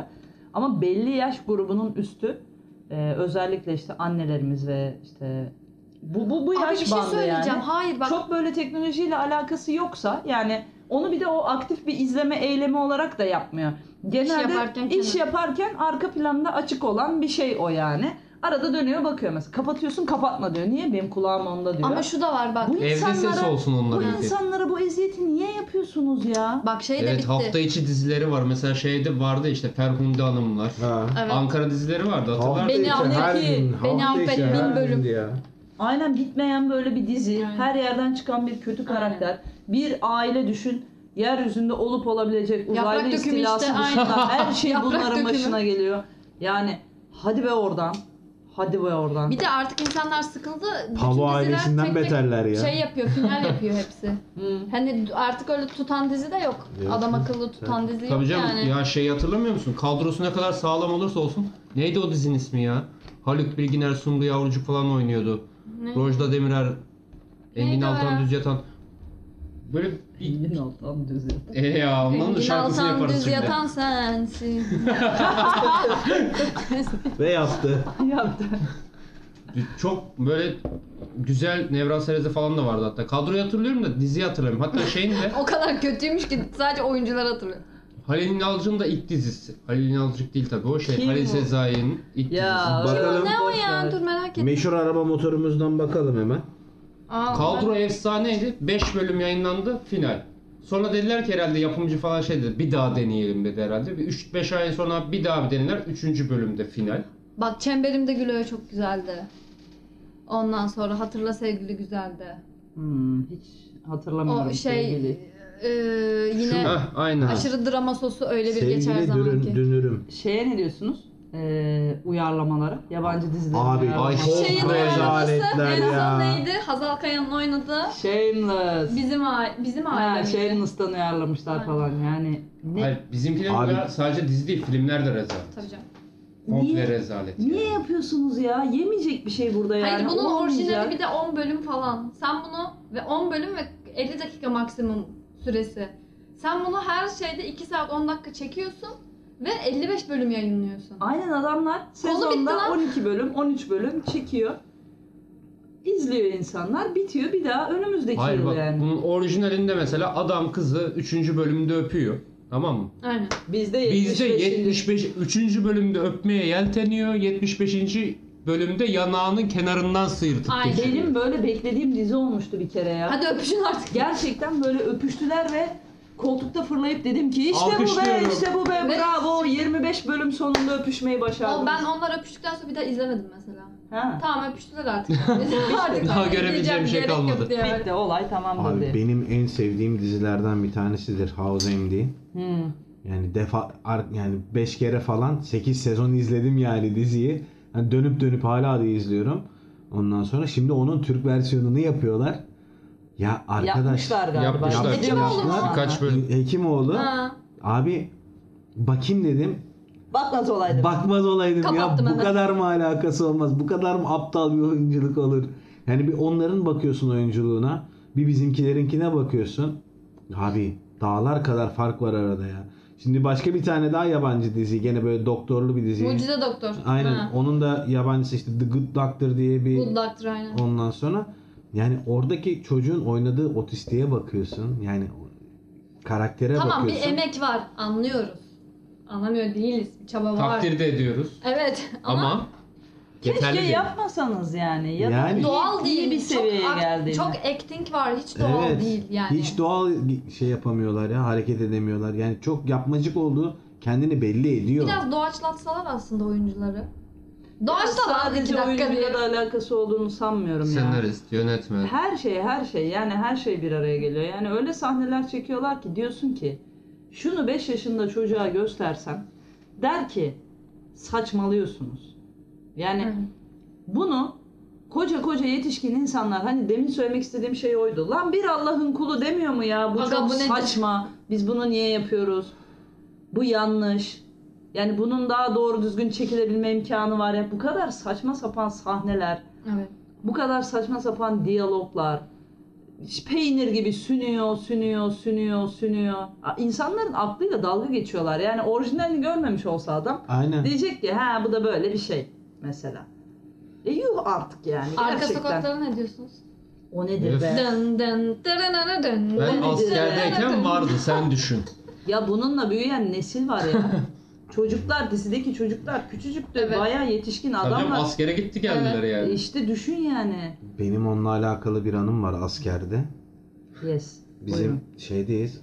Ama belli yaş grubunun üstü e, özellikle işte annelerimiz ve işte bu bu bu
Abi bir
yaş
şey
bandı
söyleyeceğim.
yani.
Hayır bak.
Çok böyle teknolojiyle alakası yoksa yani onu bir de o aktif bir izleme eylemi olarak da yapmıyor. Genelde iş
yaparken
yaparken,
kenara.
arka planda açık olan bir şey o yani. Arada dönüyor bakıyor mesela. Kapatıyorsun kapatma diyor. Niye benim kulağım onda diyor.
Ama şu da var bak.
Bu
Evde ses
insanlara-
olsun
bu
onların. ki.
insanlara bu eziyeti niye yapıyorsunuz ya?
Bak şey de
Evet
bitti.
hafta içi dizileri var. Mesela şeyde vardı işte Ferhunde Hanımlar.
Ha.
Evet.
Ankara dizileri vardı hatırlar
Hafta
Beni
mısın?
içi
affet
her
ki,
gün,
beni
hafta
affet,
içi
bin
her
bölüm.
gündü ya.
Aynen bitmeyen böyle bir dizi.
Aynen.
Her yerden çıkan bir kötü karakter. Bir aile düşün. Yeryüzünde olup olabilecek
Yaprak
uzaylı
dökümü
istilası
işte,
dışında
aynen.
her şey
Yaprak
bunların
dökümü.
başına geliyor. Yani hadi be oradan. Hadi be oradan.
Bir de artık insanlar sıkıldı. Bütün
Pavo
diziler
ailesinden
tek tek
beterler ya.
Şey yapıyor, final yapıyor hepsi.
Hı.
Hani artık öyle tutan dizi de yok.
Yok.
Adam akıllı tutan dizi yok
Tabii canım
yani.
ya şey hatırlamıyor musun? Kadrosu ne kadar sağlam olursa olsun. Neydi o dizinin ismi ya? Haluk Bilginer, Sumru Yavrucuk falan oynuyordu.
Ne?
Rojda Demirer, Engin
Neydi o
Altan
ya?
Düz Yatan. Böyle bir...
Engin Altan düz yatan.
E ya ondan da
Engin
şarkısını
Altan
yaparız
düz
şimdi.
yatan sensin.
Ve yaptı.
Yaptı.
Çok böyle güzel Nevra Serez'de falan da vardı hatta. Kadroyu hatırlıyorum da diziyi hatırlamıyorum. Hatta şeyin de
o kadar kötüymüş ki sadece oyuncular hatırlıyor.
Halil İnalcık'ın da ilk dizisi. Halil İnalcık değil tabii o şey.
Kim
Halil
o?
Sezai'nin ilk
Ya.
dizisi.
Bakalım.
Ne o ya?
Boş ver.
Dur merak ettim.
Meşhur araba motorumuzdan bakalım hemen.
Aa,
Kadro efsaneydi. 5 bölüm yayınlandı. Final. Sonra dediler ki herhalde yapımcı falan şey dedi. Bir daha deneyelim dedi herhalde. Bir 3-5 ay sonra bir daha bir denediler. 3. bölümde final.
Bak Çemberimde Gülöy çok güzeldi. Ondan sonra Hatırla Sevgili güzeldi.
Hmm, hiç hatırlamıyorum.
O şey
sevgili.
e, yine
Hah, aynen.
aşırı drama sosu öyle bir geçer
Sevgili
zaman
dürüm,
ki.
dünürüm.
Şeye ne diyorsunuz? Ee, uyarlamalara. Yabancı dizilerin
Abi
uyarlamaları.
ay çok
Şeyin uyarlaması
rezaletler
en son
ya.
neydi? Hazal Kayan'ın oynadığı
Shameless.
bizim aile, bizim
Ha, şey-
aile.
Shameless'tan uyarlamışlar
Aynen.
falan yani. Ne?
Hayır bizimkiler
Abi-
ya sadece dizi değil filmler de rezalet.
Tabii canım.
Komple
Niye?
rezalet.
Niye
yani.
yapıyorsunuz ya? Yemeyecek bir şey burada yani.
Hayır bunun orijinali
Olmayacak.
bir de 10 bölüm falan. Sen bunu ve 10 bölüm ve 50 dakika maksimum süresi. Sen bunu her şeyde 2 saat 10 dakika çekiyorsun ve 55 bölüm yayınlıyorsun.
Aynen adamlar
bitti
sezonda
lan.
12 bölüm, 13 bölüm çekiyor. İzliyor insanlar, bitiyor bir daha önümüzdeki
Hayır
yıl
bak
yani.
bunun orijinalinde mesela adam kızı 3. bölümde öpüyor. Tamam mı?
Aynen.
Bizde 75.
Bizde 75 3. bölümde öpmeye yelteniyor. 75. bölümde yanağının kenarından sıyırtıp
Ay,
geçiyor.
Benim böyle beklediğim dizi olmuştu bir kere ya.
Hadi öpüşün artık.
Gerçekten böyle öpüştüler ve koltukta fırlayıp dedim ki işte bu be,
Alkışlıyorum.
işte bu be,
Ve-
bravo 25 bölüm sonunda öpüşmeyi başardım.
O, ben onlar öpüştükten sonra bir daha izlemedim mesela.
ha.
Tamam öpüştüler artık. artık
Daha
öyle izleyeceğim,
görebileceğim bir şey
gerek yok
kalmadı.
diye böyle.
Bitti olay tamamdır
Abi
diye.
benim en sevdiğim dizilerden bir tanesidir House MD.
Hmm.
Yani defa ar- yani 5 kere falan 8 sezon izledim yani diziyi. Yani dönüp dönüp hala da izliyorum. Ondan sonra şimdi onun Türk versiyonunu yapıyorlar. Ya arkadaş
Yapmışlar galiba.
Yapmışlar.
Hekimoğlu mu?
Birkaç bölüm.
Hekimoğlu
Ha.
abi bakayım dedim.
Bak nasıl olaydı.
Bakmaz olaydım
Kapattım
ya. Bu
hemen.
kadar mı alakası olmaz? Bu kadar mı aptal bir oyunculuk olur? Yani bir onların bakıyorsun oyunculuğuna. Bir bizimkilerinkine bakıyorsun. Abi dağlar kadar fark var arada ya. Şimdi başka bir tane daha yabancı dizi. Gene böyle doktorlu bir dizi.
Mucize doktor.
Aynen.
Ha.
Onun da yabancısı işte The Good Doctor diye bir
Good Doctor aynen.
ondan sonra yani oradaki çocuğun oynadığı otistiğe bakıyorsun. Yani karaktere
Tamam bir
bakıyorsun.
emek var anlıyoruz. Anlamıyor değiliz. Bir çaba var.
Takdir de ediyoruz.
Evet
Ama,
ama,
Keşke
yeterli değil.
yapmasanız yani. Ya da
Yani-
iyi-
doğal
iyi
değil.
bir seviyeye
çok, ak-
geldi.
Çok acting var. Hiç doğal
Evet.
değil yani.
Hiç doğal şey yapamıyorlar ya hareket edemiyorlar. Yani çok yapmacık olduğu kendini belli ediyor.
Biraz doğaçlatsalar aslında oyuncuları. Doğaçlalar iki
sadece
dakika
oyuncuyla
bir.
da hani alakası olduğunu sanmıyorum ya.
Senarist, yönetmen.
Her şey her şey yani her şey bir araya geliyor. Yani öyle sahneler çekiyorlar ki diyorsun ki şunu 5 yaşında çocuğa göstersen der ki saçmalıyorsunuz. Yani
Hı.
bunu koca koca yetişkin insanlar hani demin söylemek istediğim şey oydu. Lan bir Allah'ın kulu demiyor mu ya bu
Aga
çok
bu nedir?
saçma. Biz bunu niye yapıyoruz? Bu yanlış. Yani bunun daha doğru düzgün çekilebilme imkanı var ya. Bu kadar saçma sapan sahneler,
Evet.
bu kadar saçma sapan diyaloglar. Peynir gibi sünüyor, sünüyor, sünüyor, sünüyor. A- İnsanların aklıyla dalga geçiyorlar. Yani orijinalini görmemiş olsa adam
Aynen.
Diyecek ki ha bu da böyle bir şey mesela. E yuh artık yani
Arka
gerçekten.
sokaklara ne diyorsunuz?
O nedir be?
Dın dın dırınırı dın.
Ben
Dın dın
askerdeyken
dın.
vardı sen düşün.
Ya bununla büyüyen nesil var ya. çocuklar dizideki çocuklar küçücük de
Evet.
bayağı yetişkin
Tabii canım,
adamlar.
askere gitti geldiler
E
yani.
İşte düşün yani.
Benim onunla alakalı bir anım var askerde.
Yes.
Bizim
Buyurun.
şeydeyiz.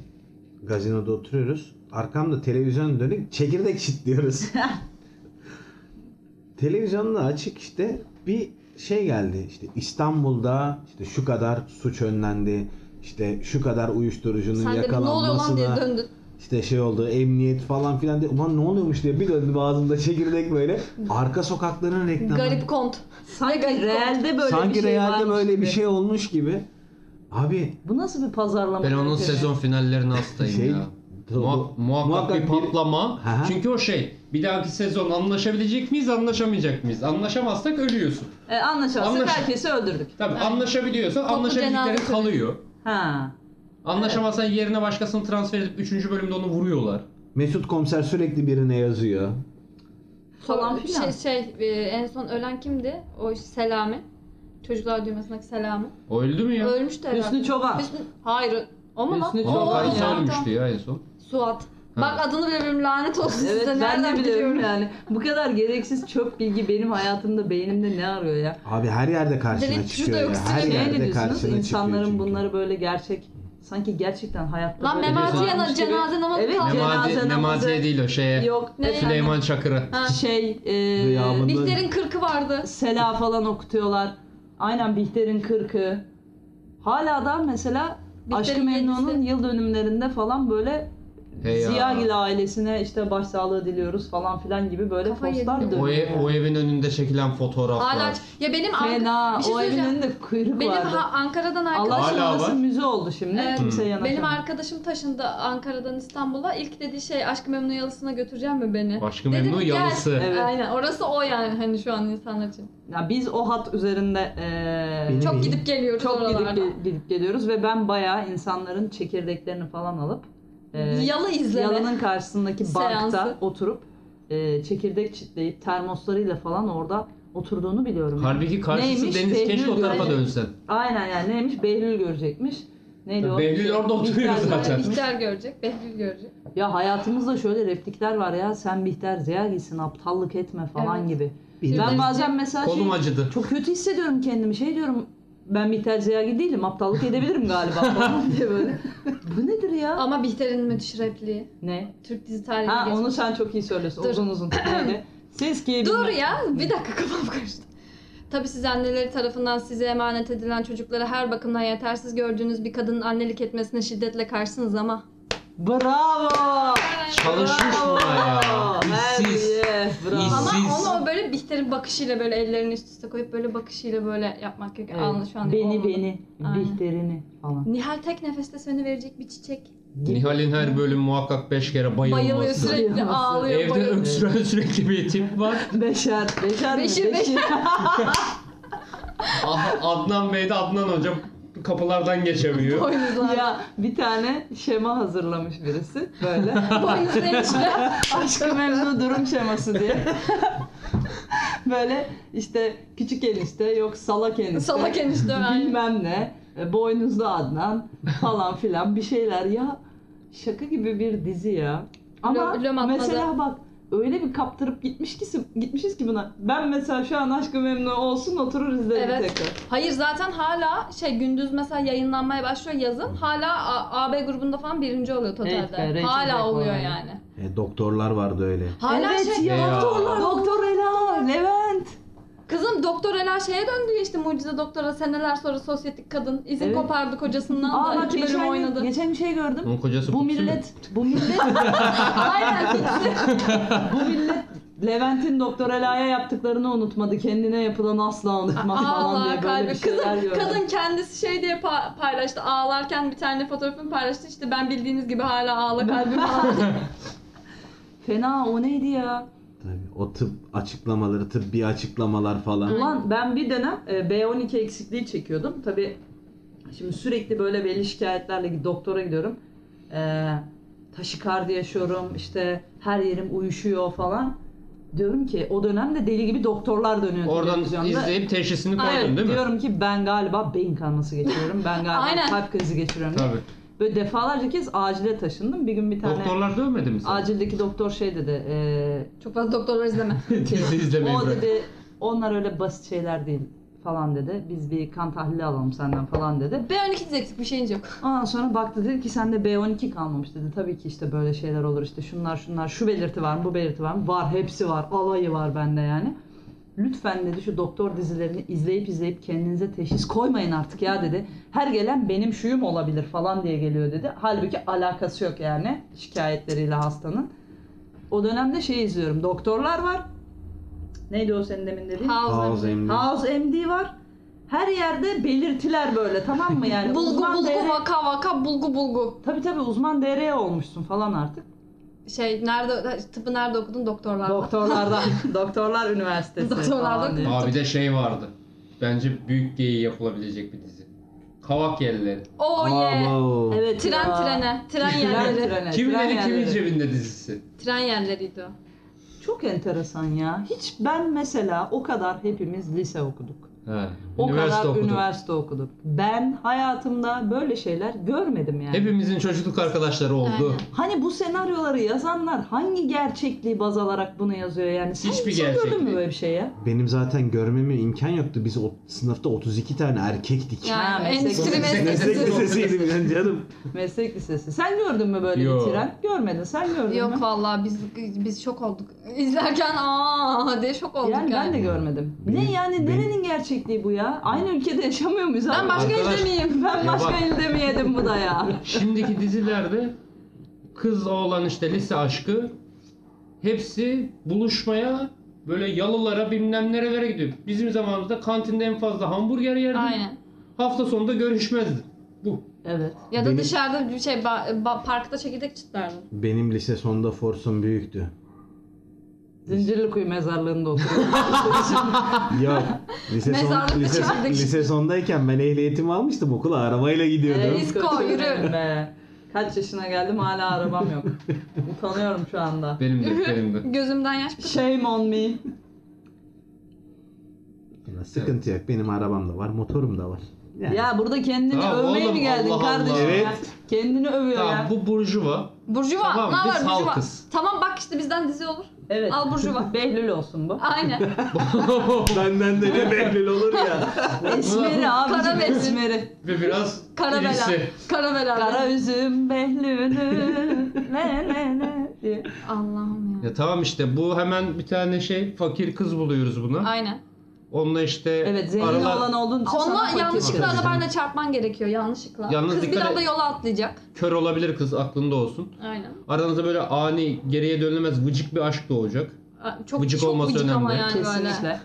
Gazinoda oturuyoruz. Arkamda televizyon dönük çekirdek çitliyoruz. Televizyonda açık işte bir şey geldi. İşte İstanbul'da işte şu kadar suç önlendi. İşte şu kadar uyuşturucunun
Sen de bir ne oluyor lan
yakalanmasına.
diye döndün.
İşte şey oldu emniyet falan filan diye ulan ne oluyormuş diye bir döndüm ağzımda çekirdek böyle. Arka sokakların reklamı.
Garip kont.
Sanki realde böyle
Sanki
bir şey
realde
varmış
böyle
gibi.
bir şey olmuş gibi. Abi
Bu nasıl bir pazarlama?
Ben onun
yöntemi?
sezon finallerine hastayım
Şey-
ya.
Do-
Muhak- muhakkak,
muhakkak
bir
bir-
patlama.
Aha.
Çünkü o şey bir dahaki sezon anlaşabilecek miyiz anlaşamayacak mıyız? Anlaşamazsak ölüyorsun.
E, anlaşamazsak
Anlaş-
herkesi öldürdük.
Tabii
Aynen.
anlaşabiliyorsan
Toplu cenaze
anlaşabildiklerin
töreni.
kalıyor.
Ha.
Anlaşamazsan yerine başkasını transfer edip 3. bölümde onu vuruyorlar.
Mesut komiser sürekli birine yazıyor.
Falan
O
filan.
Şey, şey e, en son ölen kimdi? O işte Selami. Çocuklar düğmesindeki Selami.
O öldü mü ya?
Ölmüştü herhalde.
Hüsnü Çoban.
Hüsnü- Hayır. O mu lan?
Hüsnü
O,
Aa,
Çoban
o,
ya.
Kayseri
zaten.
ölmüştü ya en son.
Suat. Bak adını veriyorum lanet olsun
Evet
size.
ben
Nereden
de biliyorum
biliyorum?
yani. Bu kadar gereksiz çöp bilgi benim hayatımda beynimde ne arıyor ya?
Abi her yerde karşına
Direkt şurada
çıkıyor ya.
yoksa
Her
ne
Ne
yerde
diyorsunuz?
karşına çıkıyor
İnsanların
çünkü.
bunları böyle gerçek sanki gerçekten hayatta
Lan
böyle
Memati
varmış
yana
gibi-
cenaze namazı
Evet,
kaldı.
cenaze
Nemadi,
namazı-
Nemadiye değil o şeye.
Yok
Ne?
e,
Süleyman Çakır'ı.
Ha.
şey e,
Rüyamın-
Bihter'in kırkı vardı.
Sela falan okutuyorlar. Aynen Bihter'in kırkı. Hala da mesela
Bihter'in
Aşkı Memnun'un
yedisi.
yıl dönümlerinde falan böyle
Hey ya.
Ziyagil ailesine işte başsağlığı diliyoruz falan filan gibi böyle
Kafayı
postlar
yedim.
dönüyor.
O, ev- o evin önünde çekilen fotoğraflar.
Hala ya benim arka-
Fena.
bir şey
o evin
söyleyeceğim.
önünde kuyruk
Benim
vardı.
ha- Ankara'dan
Allah
arkadaşım
aşkına
Hala
orası
var.
müze oldu şimdi.
Evet.
Kimse yanaşamıyor.
benim arkadaşım taşındı Ankara'dan İstanbul'a. İlk dediği şey aşkı memnun yalısına götüreceğim mi beni?
Aşkı
Dedim,
Memnu
gel.
yalısı.
Evet.
Aynen orası o yani hani şu an insanlar için.
Ya biz o hat üzerinde eee,
Benim-
Çok gidip geliyoruz
çok gidip,
oralarda.
ge- gidip geliyoruz ve ben bayağı insanların çekirdeklerini falan alıp eee
Yalı izleme.
yalının karşısındaki
Seansı.
bankta oturup eee, çekirdek çitleyip termoslarıyla falan orada oturduğunu biliyorum. yani.
Halbuki karşısı
Neymiş?
Deniz
Behlül
keşke o tarafa
Gölü.
dönsen.
Aynen yani neymiş? Behlül görecekmiş. Neydi o?
Behlül orada oturuyor
Bihter
zaten.
görecekmiş.
Bihter görecek, Behlül görecek.
Ya hayatımızda şöyle replikler var ya sen Bihter Ziya gitsin aptallık etme falan
Evet.
gibi.
Bilmem.
Ben bazen mesela şey-
Kolum acıdı.
çok kötü hissediyorum kendimi şey diyorum ben Bihter Ziyagi değilim aptallık edebilirim galiba falan diye böyle. Bu nedir ya?
Ama Bihter'in müthiş repliği.
Ne?
Türk dizi tarihine
Ha
geçmiş.
onu sen çok iyi söylüyorsun
Dur.
uzun uzun. Neydi? Siz ki
Dur ya bir dakika kafam karıştı. Tabii siz anneleri tarafından size emanet edilen çocukları her bakımdan yetersiz gördüğünüz bir kadının annelik etmesine şiddetle karşısınız ama.
Bravo!
Çalışmış
Bravo!
mı ya?
Hell
İşsiz.
yes, bravo.
İşsiz.
Ama
Siz-
onu o böyle Bihter'in bakışıyla böyle ellerini üst üste koyup böyle bakışıyla böyle yapmak yok.
Evet.
Anla şu an.
Beni
olmadı.
beni,
Aynen.
Bihter'ini falan.
Nihal tek nefeste seni verecek bir çiçek.
Nihal'in her bölüm muhakkak 5 kere bayılması.
Bayılıyor sürekli
Bayılması.
ağlıyor.
Evde
bayılıyor.
öksüren sürekli bir tip var.
Beşer, beşer mi?
Beşir, Beşir.
Ah, Adnan Bey de Adnan hocam kapılardan geçemiyor.
Boynuzlar.
ya bir tane şema hazırlamış birisi böyle.
Boynuzların içine.
Aşkı Memnu durum şeması diye. Böyle işte küçük enişte yok salak enişte.
Salak enişte ben.
Bilmem ne. e, Boynuzlu Adnan falan filan bir şeyler ya. Şaka gibi bir dizi ya. Ama
Lö- lömatladı.
mesela bak öyle bir kaptırıp gitmiş ki gitmişiz ki buna. Ben mesela şu an Aşkı Memnu olsun oturur izlerim
Evet.
tekrar.
Hayır zaten hala şey gündüz mesela yayınlanmaya başlıyor yazın. Hala A- AB grubunda falan birinci oluyor totalde.
Evet, evet,
hala
reytingde
oluyor
falan.
yani.
E, doktorlar vardı öyle.
Hala
evet
şey
Ya.
ya. Doktorlar, doktor Ela, Levent.
kızım doktor hala şeye döndü ya işte mucize doktora seneler sonra sosyetik kadın izin
Evet.
kopardı kocasından
Aa
da
bak
iki bölüm
geçen,
oynadı.
gün- geçen bir şey gördüm.
Onun kocası
Bu
putsu mu?
millet, bu millet,
Aynen.
bu millet Levent'in Doktor Ela'ya yaptıklarını unutmadı. Kendine yapılanı asla unutmaz falan
Ağlar
diye böyle bir
kalbi.
şeyler
Kızım,
diyor.
kadın kendisi şey diye pa- paylaştı. Ağlarken bir tane fotoğrafını paylaştı. İşte ben bildiğiniz gibi hala ağla kalbim ağlar.
Fena o neydi ya?
Tabii o tıp açıklamaları, tıbbi açıklamalar falan.
Ulan ben bir dönem e, B12 eksikliği çekiyordum. Tabi şimdi sürekli böyle belli şikayetlerle gid- doktora gidiyorum. E, taşikardi yaşıyorum işte her yerim uyuşuyor falan. Diyorum ki o dönemde deli gibi doktorlar dönüyor
Oradan
televizyonda.
izleyip teşhisini koydun
Evet,
değil mi?
diyorum ki ben galiba beyin kanaması geçiriyorum. Ben galiba
Aynen.
kalp krizi geçiriyorum. diye.
Tabii.
Böyle defalarca kez acile taşındım. Bir gün bir tane
Doktorlar dövmedi mi seni?
acildeki doktor şey dedi. E,
Çok fazla doktorlar izleme.
Dizi izlemeyi
o
bırak.
dedi onlar öyle basit şeyler değil falan dedi. Biz bir kan tahlili alalım senden falan dedi.
B12 eksik bir şeyiniz yok.
Ondan sonra baktı dedi ki sende B12 kalmamış dedi. Tabii ki işte böyle şeyler olur işte şunlar şunlar şu belirti var mı bu belirti var mı? Var hepsi var alayı var bende yani. Lütfen dedi şu doktor dizilerini izleyip izleyip kendinize teşhis koymayın artık ya dedi. Her gelen benim şuyum olabilir falan diye geliyor dedi. Halbuki alakası yok yani şikayetleriyle hastanın. O dönemde şey izliyorum doktorlar var. Neydi o senin demin dediğin?
Ağız emni.
House MD var. Her yerde belirtiler böyle tamam mı yani?
Bulgu
Uzman
bulgu
devre-
vaka vaka bulgu bulgu.
Tabii tabii uzman DR'ye olmuşsun falan artık.
Şey nerede tıpı nerede okudun doktorlar.
Doktorlardan, doktorlar üniversitesi
Doktorlardan.
falan diye.
Aa bir de şey vardı. Bence büyük geyiği yapılabilecek bir dizi. Kavak yerlileri.
Oh yeah.
Wow.
Evet.
Tren
ya.
trene. Tren
Tren
yerleri.
trene.
Kimin
tren
eli kimin
yerleri.
cebinde dizisi.
Tren yerleriydi o.
Çok enteresan ya. Hiç ben mesela o kadar hepimiz lise okuduk.
He,
O
üniversite
kadar
okudum.
üniversite okuduk. Ben hayatımda böyle şeyler görmedim yani.
Hepimizin çocukluk arkadaşları oldu.
Aynen.
Hani bu senaryoları yazanlar hangi gerçekliği baz alarak bunu yazıyor yani? Sen
Hiçbir
hiç gördün mü
gerçekliği.
böyle bir şey ya?
Benim zaten görmeme imkan yoktu. Biz o sınıfta 32 tane erkektik.
Yani
Ha, meslek
endüstri
lisesi.
Meslek
meslek.
lisesiydim ben canım.
Meslek lisesi. Sen gördün mü böyle
Yo.
bir tren? Görmedin. Sen gördün mü?
Yok vallahi biz biz şok olduk. İzlerken aa diye şok olduk
Yani
yani.
ben de görmedim.
Benim-
ne yani
benim-
nerenin gerçekliği bu ya? Aynı ülkede yaşamıyor muyuz?
Ben
abi?
başka
Arkadaş-
ilde miyim?
ben
Ya
başka
bak.
ilde mi yedim bu da ya?
Şimdiki dizilerde kız oğlan işte lise aşkı hepsi buluşmaya böyle yalılara bilmem nerelere gidiyor. Bizim zamanımızda kantinde en fazla hamburger yerdim.
Aynen.
Hafta sonunda görüşmezdim. Bu.
Evet.
Ya da
Benim-
dışarıda bir şey ba- ba- parkta çekirdek çıtlardım.
Benim lise sonunda forsum büyüktü.
Zincirlikuyu mezarlığında oturuyorum.
Yok. Lise, son,
Mezarlıkta
lise,
çekirdek.
lise sondayken ben ehliyetimi almıştım okula arabayla gidiyordum.
Ee,
Disko,
kötü
yürü.
benim Be. Kaç yaşına geldim hala arabam yok. Utanıyorum şu anda.
Benim de benim de.
Gözümden yaş pıt-
Shame on me.
Ya, Sıkıntı yok. Benim arabam da var, motorum da var. Yani.
Ya burada kendini
Tamam
övmeye
oğlum,
mi geldin
Allah Allah.
kardeşim ya?
Evet.
Kendini övüyor
Tamam
ya.
bu burjuva.
Burjuva.
Tamam,
ne
biz
haber burjuva?
halkız.
Tamam bak işte bizden dizi olur.
Evet.
Al burjuva.
Behlül olsun bu.
Aynen.
Benden de ne beklil olur ya.
Esmeri
Kara
abi.
Behlül.
Esmeri.
Ve biraz
Karabela.
irisi.
Karabela.
Kara üzüm Behlül'ü. ne ne ne diye.
Allah'ım ya.
Ya tamam işte bu hemen bir tane şey fakir kız buluyoruz buna.
Aynen.
Onunla işte
Evet zengin
aralar-
olan olduğun için sana
Onunla
fakir
yanlışlıkla
çıkar.
Tabii
arabayla çarpman gerekiyor yanlışlıkla.
Yalnız
Kız bir
dikkat
anda
et.
yola atlayacak.
kör olabilir kız aklında olsun.
Aynen.
Aranızda böyle ani geriye dönülemez vıcık bir aşk doğacak.
A- Çok
Vıcık
çok
olması
vıcık ama
önemli.
yani böyle.
Kesinlikle.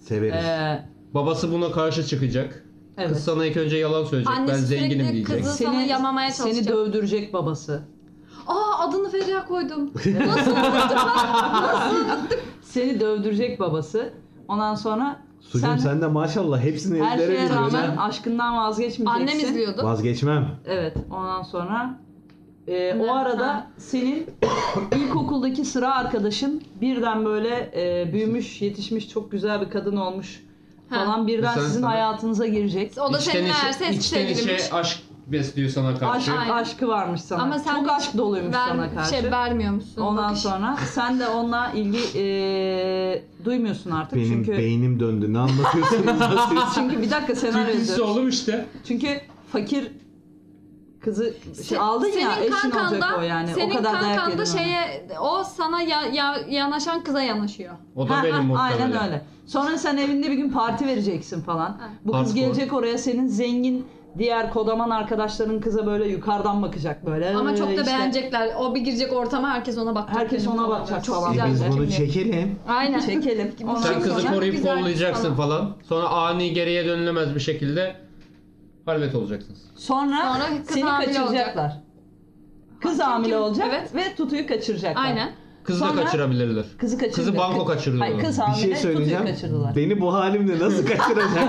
Severiz.
Ee,
Babası buna karşı çıkacak. Kız
evet.
sana ilk önce yalan söyleyecek.
Annesi
ben zenginim
sürekli
diyecek.
kızı- sana yamamaya
Seni
çalışacak.
dövdürecek babası.
Aa adını Feriha koydum. Nasıl unuttum lan? Nasıl?
Seni dövdürecek babası. Ondan sonra
Sucum sen,
sen,
de maşallah hepsini
her
ellere
şeye
veriyorsun
rağmen
ha.
aşkından vazgeçmeyeceksin.
Annem izliyordu.
Vazgeçmem.
Evet. Ondan sonra e,
Ne?
o arada
Ha.
senin ilkokuldaki sıra arkadaşın birden böyle e, büyümüş, yetişmiş, çok güzel bir kadın olmuş
Ha.
falan birden
E Sen
sizin
sana-
hayatınıza girecek.
O da senin
içten
meğerse
içe,
eski
içten içe
sevgilinmiş.
aşk besliyor sana karşı.
şey Aşk,
Aynen.
aşkı varmış sana.
Ama sen
çok
hiç
aşk doluymuş sana
Ver,
karşı.
şey vermiyormuşsun.
Ondan
Bakış.
sonra sen de onunla ilgi e, duymuyorsun artık
Benim
çünkü
beynim döndü. Ne E anlatıyorsunuz lan siz?
çünkü bir dakika senaryo
Türkçesi
yazıyorum.
oğlum işte.
Çünkü fakir kızı şey
Se-
aldın ya
senin
eşin olacak
kankanda-
o yani.
Senin
o kadar dayak
kankanda
yedin ona.
şeye o sana ya- ya- yanaşan kıza yanaşıyor.
O da
Ha,
benim
ha,
muhtemelen.
Aynen öyle. Sonra sen evinde bir gün parti vereceksin falan. Bu kız
Hardcore.
gelecek oraya senin zengin diğer kodaman arkadaşların kıza böyle yukarıdan bakacak böyle.
Ama
Ee,
çok da
işte
beğenecekler. O bir girecek ortama herkes ona bakacak.
Herkes
Benim
ona
falan.
bakacak
Çok
falan.
E
güzel. şey.
biz
Güzel.
bunu çekelim.
Aynen.
Çekelim.
Sen
Ondan
Sen kızı
sonra-
Güzel,
koruyup
güzel.
kollayacaksın falan. Sonra ani geriye dönülemez bir şekilde halvet olacaksınız.
Sonra,
Sonra kız
seni
hamile
kaçıracaklar. Kız
Ha,
hamile
çünkü-
olacak
evet.
ve tutuyu kaçıracaklar.
Aynen.
Kızı
Sonra-
da kaçırabilirler.
Kızı kaçırdı.
Kızı banko kaçırıyorlar.
Hayır kız
Bir
hamile
şey
tutuyu
söyleyeceğim.
kaçırdılar.
Beni bu halimle nasıl kaçıracak?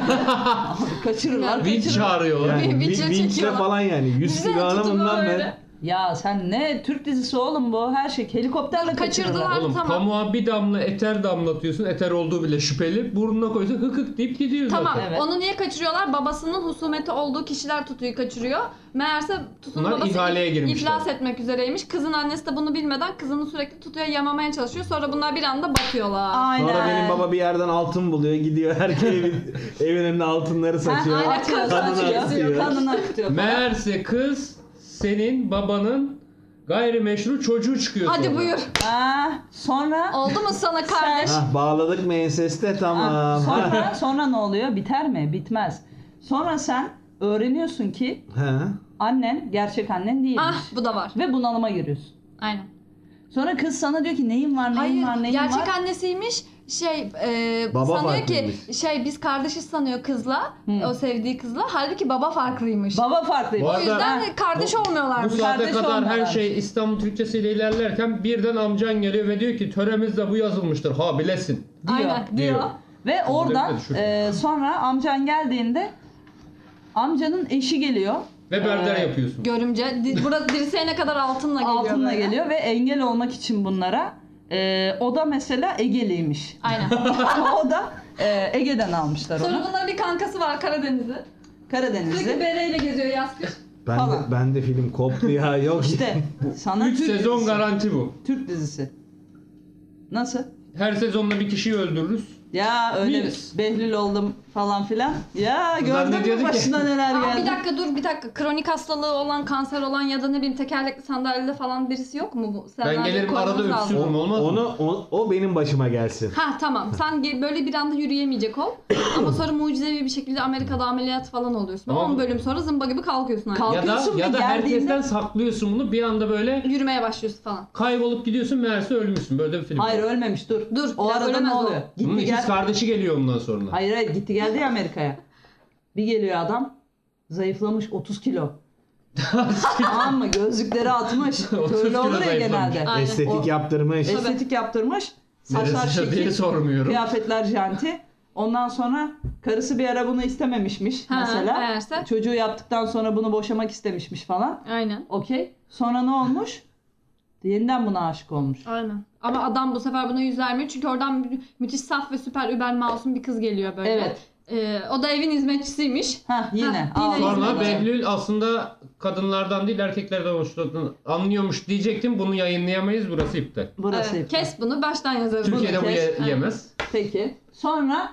Kaçırırlar.
Vinç
kaçırırlar.
çağırıyorlar.
yani
Bir- bir
vi-
şey
vinçle
çekiyorlar.
falan yani. Yüz
Bize
kilo
tutumu
adamım lan ben.
öyle.
Ya sen ne Türk dizisi oğlum bu her şey helikopterle
Kaçırdılar.
kaçırırlar.
Oğlum
Tamam.
pamuğa bir damla eter damlatıyorsun. Eter olduğu bile şüpheli. Burnuna koysa hık hık deyip gidiyor
Tamam.
zaten.
Evet.
Onu niye kaçırıyorlar? Babasının husumeti olduğu kişiler Tutu'yu kaçırıyor. Meğerse Tutu'nun
Bunlar
babası
ihaleye
if-
girmişler.
iflas etmek üzereymiş. Kızın annesi de bunu bilmeden kızını sürekli Tutu'ya yamamaya çalışıyor. Sonra bunlar bir anda batıyorlar.
Aynen.
Sonra benim baba bir yerden altın buluyor. Gidiyor erkeğe evin, evin önüne altınları satıyor.
Ha, aynen,
Atıyor,
kanını
kanını
atıyor.
akıtıyor. Kanını akıtıyor.
Meğerse kız senin babanın gayrimeşru çocuğu çıkıyor
Hadi
sonra.
buyur.
Ha, sonra
Oldu mu sana kardeş?
Hah, bağladık mı enseste
ha,
tamam.
sonra sonra ne oluyor? Biter mi? Bitmez. Sonra sen öğreniyorsun ki
Ha.
annen gerçek annen değilmiş.
ah bu da var.
Ve bunalıma giriyorsun.
Aynen.
Sonra kız sana diyor ki neyin var neyin
Hayır,
var neyin
gerçek
var.
annesiymiş. Şey, e,
Baba
sanıyor ki
farklıymış.
şey biz kardeşiz sanıyor kızla,
Hı.
o sevdiği kızla. Halbuki baba farklıymış.
Baba farklı.
Bu
o yüzden
arada-
kardeş
Bu
olmuyorlarmış.
saate
Kardeş
kadar her
olmadan.
şey İstanbul Türkçesiyle ilerlerken birden amcan geliyor ve diyor ki töremizde bu yazılmıştır. Ha bilesin.
diyor.
Aynen diyor.
diyor.
Ve
Kabul
oradan
etmedi, şurada.
e, sonra amcan geldiğinde Amcanın eşi geliyor.
Ve berder
Ee,
yapıyorsun.
Görümce. Di- Burası dirseğine kadar altınla geliyor.
altınla
böyle.
geliyor ve engel olmak için bunlara. Ee, o da mesela Ege'liymiş.
Aynen.
o da e, Ege'den almışlar
Sonra
onu.
bunların bir kankası var Karadeniz'i. Sürekli
Karadeniz'i.
bereyle geziyor yaz kış.
Ben
Falan.
de, ben de film koptu ya. Yok
İşte sana
3
Türk
sezon
dizisi.
garanti bu.
Türk dizisi. Nasıl?
Her sezonda bir kişiyi öldürürüz.
Ya öyle
Mis.
behlül oldum falan filan. Ya gördün
Zannediyordu
mü
ki-
başına neler
Aa,
geldi.
bir dakika dur bir dakika. Kronik hastalığı olan, kanser olan ya da ne bileyim tekerlekli sandalyede falan birisi yok mu bu? Sen
ben gelirim arada öpsün
O-
olmaz mı?
onu o, o benim başıma gelsin.
Ha tamam. Sen ge- böyle bir anda yürüyemeyecek ol. Ama sonra mucizevi bir şekilde Amerika'da ameliyat falan oluyorsun.
Tamam.
10 bölüm sonra zımba gibi kalkıyorsun. ayağa.
Kalk.
Ya da
Bakıyorsun
ya
bir
da
geldiğinde-
herkesten saklıyorsun bunu bir anda böyle
Yürümeye başlıyorsun falan.
kaybolup gidiyorsun meğerse ölmüşsün. Böyle bir film.
Hayır ölmemiş dur.
Dur,
O
ya
arada
ölemez
ne
o.
oluyor?
Bunun
Gitti
ikiz
gel.
kardeşi geliyor ondan sonra.
Hayır hayır gitti geldi ya Amerika'ya. Bir geliyor adam. Zayıflamış 30 kilo. tamam mı? Gözlükleri atmış.
30
Böyle
kilo
oluyor ya
zayıflamış.
genelde.
Aynen.
Estetik
O-
yaptırmış.
Tabii.
Estetik yaptırmış. Saçlar
Neresi diye
şekil.
sormuyorum.
Kıyafetler janti. Ondan sonra karısı bir ara bunu istememişmiş
Ha,
mesela.
meğerse.
Çocuğu yaptıktan sonra bunu boşamak istemişmiş falan.
Aynen.
Okey. Sonra ne olmuş? Yeniden buna aşık olmuş.
Aynen. Ama adam bu sefer buna yüz vermiyor. Çünkü oradan mü- müthiş saf ve süper über masum bir kız geliyor böyle.
Evet.
Ee, o da evin hizmetçisiymiş.
Ha yine.
Ha, yine
Aa,
Sonra
Aynen.
Behlül aslında kadınlardan değil erkeklerden hoşlandığını anlıyormuş diyecektim. Bunu yayınlayamayız burası iptal.
Burası.
Evet, kes bunu baştan yazarız.
Türkiye'de bu
kes,
ye-
aynen.
yemez.
Peki. Sonra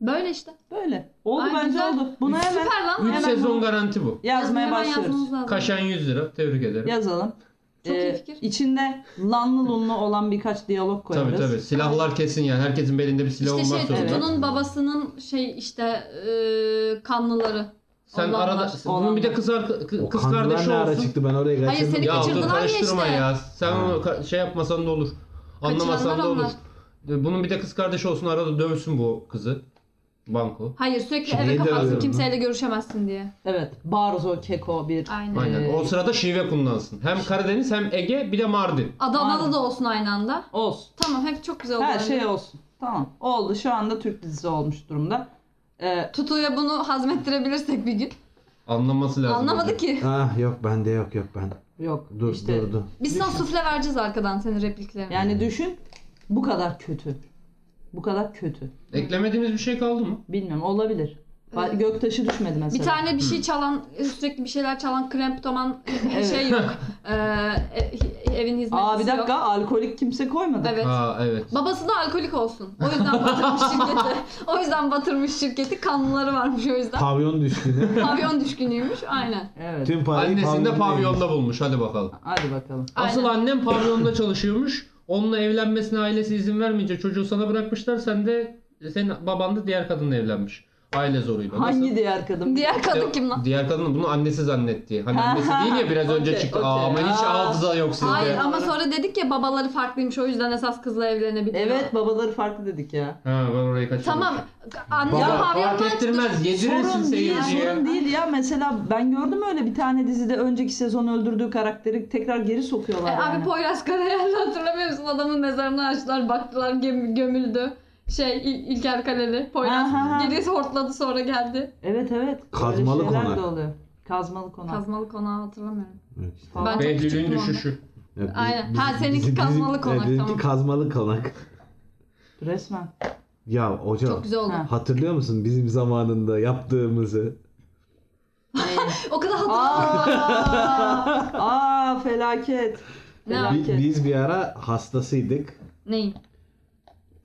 Böyle işte.
böyle. Oldu
Ay,
bence
güzel.
oldu. Bunu hemen
Süper lan.
3
Hemen
sezon
bu-
garanti bu.
yazmaya başlıyoruz.
Kaşan 100 lira. Tebrik ederim.
Yazalım.
Çok iyi fikir.
İçinde lanlı lunlu olan birkaç diyalog koyarız.
Tabii tabii. Silahlar kesin yani. Herkesin belinde bir silah
İşte şey
olmak zorunda.
Tutu'nun babasının şey işte e, kanlıları.
Sen
Olanlar,
arada bunun bir de kız arka- kı-
O
kız
kandılar
kardeşi
ne ara
olsun.
çıktı ben oraya
Hayır,
kaçırdım.
seni
Ya dur
E, Kaçırdılar ya
karıştırma
işte.
ya. Sen
Ha.
onu ka- şey yapmasan da olur. Anlamasan
Kaçıranlar
da olur. E,
onlar.
Bunun bir de kız kardeşi olsun arada dövsün bu kızı. Banko.
Hayır sürekli
Şimdi
eve
neydi
kapatsın
arıyorum
kimseyle görüşemezsin diye.
Evet. Barzo, keko bir.
Aynen.
Aynen.
Ee,
O sırada şive kullansın. Hem Karadeniz hem Ege bir de Mardin.
Adana'da
Aynen.
da olsun aynı anda.
Olsun.
Tamam hep çok güzel oldu.
Her
bence.
şey olsun. Tamam. Oldu. Şu anda Türk dizisi olmuş durumda. Ee,
Tutu'ya bunu hazmettirebilirsek bir gün.
Anlaması lazım.
Anlamadı
bence.
ki.
Ah yok bende yok yok ben.
yok.
Dur
işte,
durdu.
Biz sana sufle vereceğiz arkadan senin repliklerini.
Yani düşün. Bu kadar kötü. Bu kadar kötü.
Eklemediğimiz bir şey kaldı mı?
Bilmiyorum. Olabilir. Ba-
Evet.
Göktaşı düşmedi mesela.
Bir tane bir şey çalan, sürekli bir şeyler çalan kremptoman
Evet.
şey yok. Ee, e- evin hizmetçisi
Aa bir dakika.
yok.
Alkolik kimse koymadı.
Evet.
Ha evet.
Babası da alkolik olsun. O yüzden batırmış şirketi. O yüzden batırmış şirketi. Kanlıları varmış o yüzden.
Pavyon düşkünü.
Pavyon düşkünüymüş. Aynen.
Evet.
Tüm parayı
Annesini de
pavyonda
pavyonda bulmuş. Hadi bakalım.
Hadi bakalım.
Asıl annem pavyonda çalışıyormuş. Onunla evlenmesine ailesi izin vermeyince çocuğu sana bırakmışlar. Sen de senin baban da diğer kadınla evlenmiş. Aile zoruyla. Nasıl?
Hangi diğer kadın?
Diğer kadın kim lan?
Diğer kadın bunu annesi zannetti. Hani
Ha,
annesi değil ya biraz
ha,
önce
okey,
çıktı.
okey.
Aa, ama hiç
Aa.
hafıza yok sizde.
Hayır ama
Doğru.
sonra dedik ya babaları farklıymış o yüzden esas kızla evlenebiliyor.
Evet babaları farklı dedik ya.
Ha ben orayı kaçırdım.
Tamam. Anne
Baba,
pavyondan
fark ettirmez. Yedirirsin
Sorun değil,
seyirciye.
sorun değil ya. Mesela ben gördüm öyle bir tane dizide önceki sezon öldürdüğü karakteri tekrar geri sokuyorlar.
E,
yani.
abi Poyraz Karayel'i hatırlamıyor musun? Adamın mezarını açtılar baktılar göm- gömüldü. Şey İl- İlker Kaleli.
Ha,
Poyraz
ha, ha.
geri hortladı sonra geldi.
Evet evet. Öyle
Kazmalı
şeyler
konak.
de oluyor. Kazmalı konak.
Kazmalı konağı hatırlamıyorum.
Evet, işte.
Falan.
Ben çok
Behlül'ün
küçüktüm
düşüşü.
Ya, biz-
Aynen.
biz-
Ha,
biz-
seninki
bizim-
kazmalı
evet,
konak,
bizimki
tamam.
kazmalı konak.
Resmen.
Ya hocam
Çok güzel oldu.
Ha.
hatırlıyor musun bizim zamanında yaptığımızı?
O kadar hatırlamıyorum.
Aa, aa felaket.
Ne var?
Bi-
Felaket.
biz bir ara hastasıydık.
Neyin?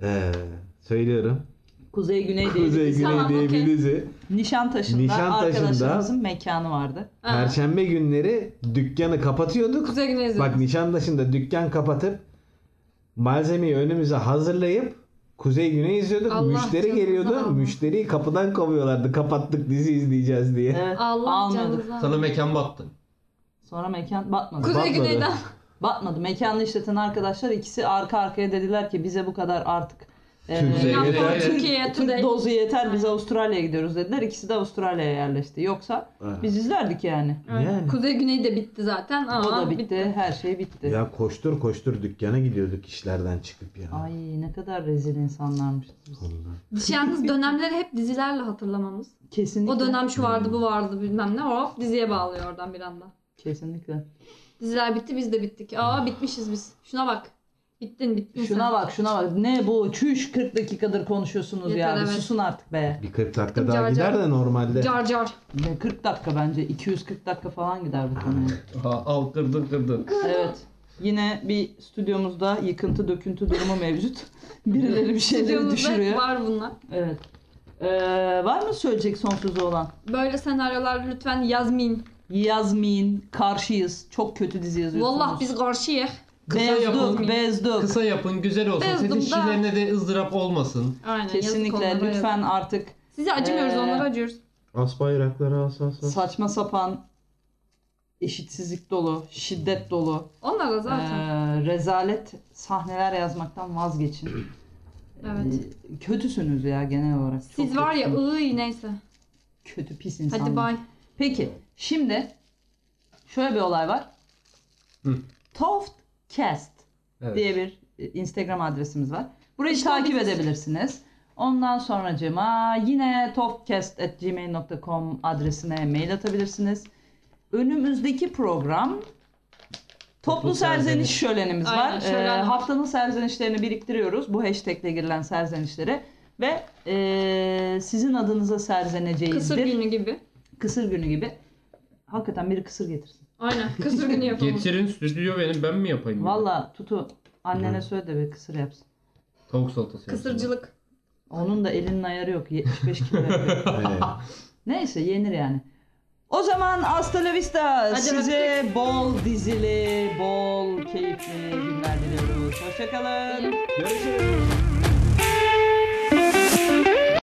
Ee, söylüyorum.
Kuzey Güney diye.
Kuzey Güney
Tamam,
diye
okey.
bir dizi.
Nişantaşı'nda,
Nişantaşı'nda-
arkadaşlarımızın mekanı vardı.
Ha.
Perşembe günleri dükkanı kapatıyorduk.
Kuzey Güney izliyorum.
Bak Nişantaşı'nda dükkan kapatıp malzemeyi önümüze hazırlayıp Kuzey Güney izliyorduk.
Allah
Müşteri
canınıza
geliyordu.
almasın.
Müşteriyi kapıdan kovuyorlardı. Kapattık dizi izleyeceğiz diye.
Evet.
Allah
almadı.
canınızı
Sana
alsın.
mekan battı.
Sonra mekan batmadı.
Kuzey
Batmadı.
Güney'den.
Batmadı. Mekanı işleten arkadaşlar ikisi arka arkaya dediler ki bize bu kadar artık
Türkçe
Ee,
yeter.
Türk-
Türkiye
Türk
Today.
dozu yeter biz Avustralya'ya gidiyoruz dediler. İkisi de Avustralya'ya yerleşti. Yoksa
Ha.
biz izlerdik yani.
Yani.
Kuzey Güney de bitti zaten. Aa,
o da bitti. Her şey bitti.
Ya koştur koştur dükkana gidiyorduk işlerden çıkıp ya.
Ay ne kadar rezil insanlarmışız biz.
Vallahi.
Biz yalnız dönemleri hep dizilerle hatırlamamız.
Kesinlikle.
O dönem şu vardı
Hmm.
bu vardı bilmem ne. Hop diziye bağlıyor oradan bir anda.
Kesinlikle.
Diziler bitti biz de bittik. Aa bitmişiz biz. Şuna bak. Bittin bittin
Hmm. Şuna
sen.
bak şuna bak. Ne bu? Çüş 40 dakikadır konuşuyorsunuz
Yeter,
ya. Bir
evet.
Susun artık be.
Bir 40 dakika
Car
daha
car.
gider de normalde.
Car car.
Ne 40 dakika bence. 240 dakika falan gider bu konuya.
Aha, al kırdın kırdın.
Evet. Yine bir stüdyomuzda yıkıntı döküntü durumu mevcut. Birileri bir şeyleri
Stüdyomuzda hep
düşürüyor.
var bunlar.
Evet. Ee, var mı söyleyecek son sözü olan?
Böyle senaryolar lütfen yazmayın.
Yazmin, karşıyız. Çok kötü dizi yazıyorsunuz.
Vallahi biz karşıyız.
Kısa yapalım.
bezduk, bezduk.
Kısa yapın güzel olsun.
Bezdim
Sizin
da.
işlerine de ızdırap olmasın.
Aynen. yazık onlara,
Kesinlikle
yazık.
lütfen artık
Size acımıyoruz
Ee,
onlara acıyoruz.
As bayrakları as as as.
saçma sapan eşitsizlik dolu, şiddet dolu,
Onlar da zaten.
Ee, rezalet sahneler yazmaktan vazgeçin.
Evet.
Ee, kötüsünüz ya genel olarak. Çok
Siz var ya
kötüsünüz.
ıy neyse.
kötü pis
Hadi
insanlar.
bay.
Peki şimdi şöyle bir olay var.
Hı.
Toftcast
Evet.
diye bir e, Instagram adresimiz var. Burayı
İşte
takip
biziz.
edebilirsiniz. Ondan sonracığıma yine toftcast.gmail.com adresine mail atabilirsiniz. Önümüzdeki program Toplu
Toplu
serzeniş
serzeniş.
şölenimiz
Aynen,
var.
şölen
Ee,
var.
haftanın serzenişlerini biriktiriyoruz. Bu hashtagle girilen serzenişleri. Ve e, sizin adınıza serzeneceğiz.
Kısır günü gibi.
Kısır günü gibi. Hakikaten biri kısır getirsin.
Aynen. Kısır günü yapalım.
Getirin stüdyo benim ben mi yapayım?
Valla Tutu annene
Hı.
söyle de bir kısır yapsın.
Tavuk salatası.
Kısırcılık.
Onun da elinin ayarı yok. 75 kilo yapıyor.
Evet.
Neyse yenir yani. O zaman hasta la vista.
Hadi
Size bol dizili, bol keyifli günler diliyoruz. Hoşçakalın.
İyi.
Görüşürüz.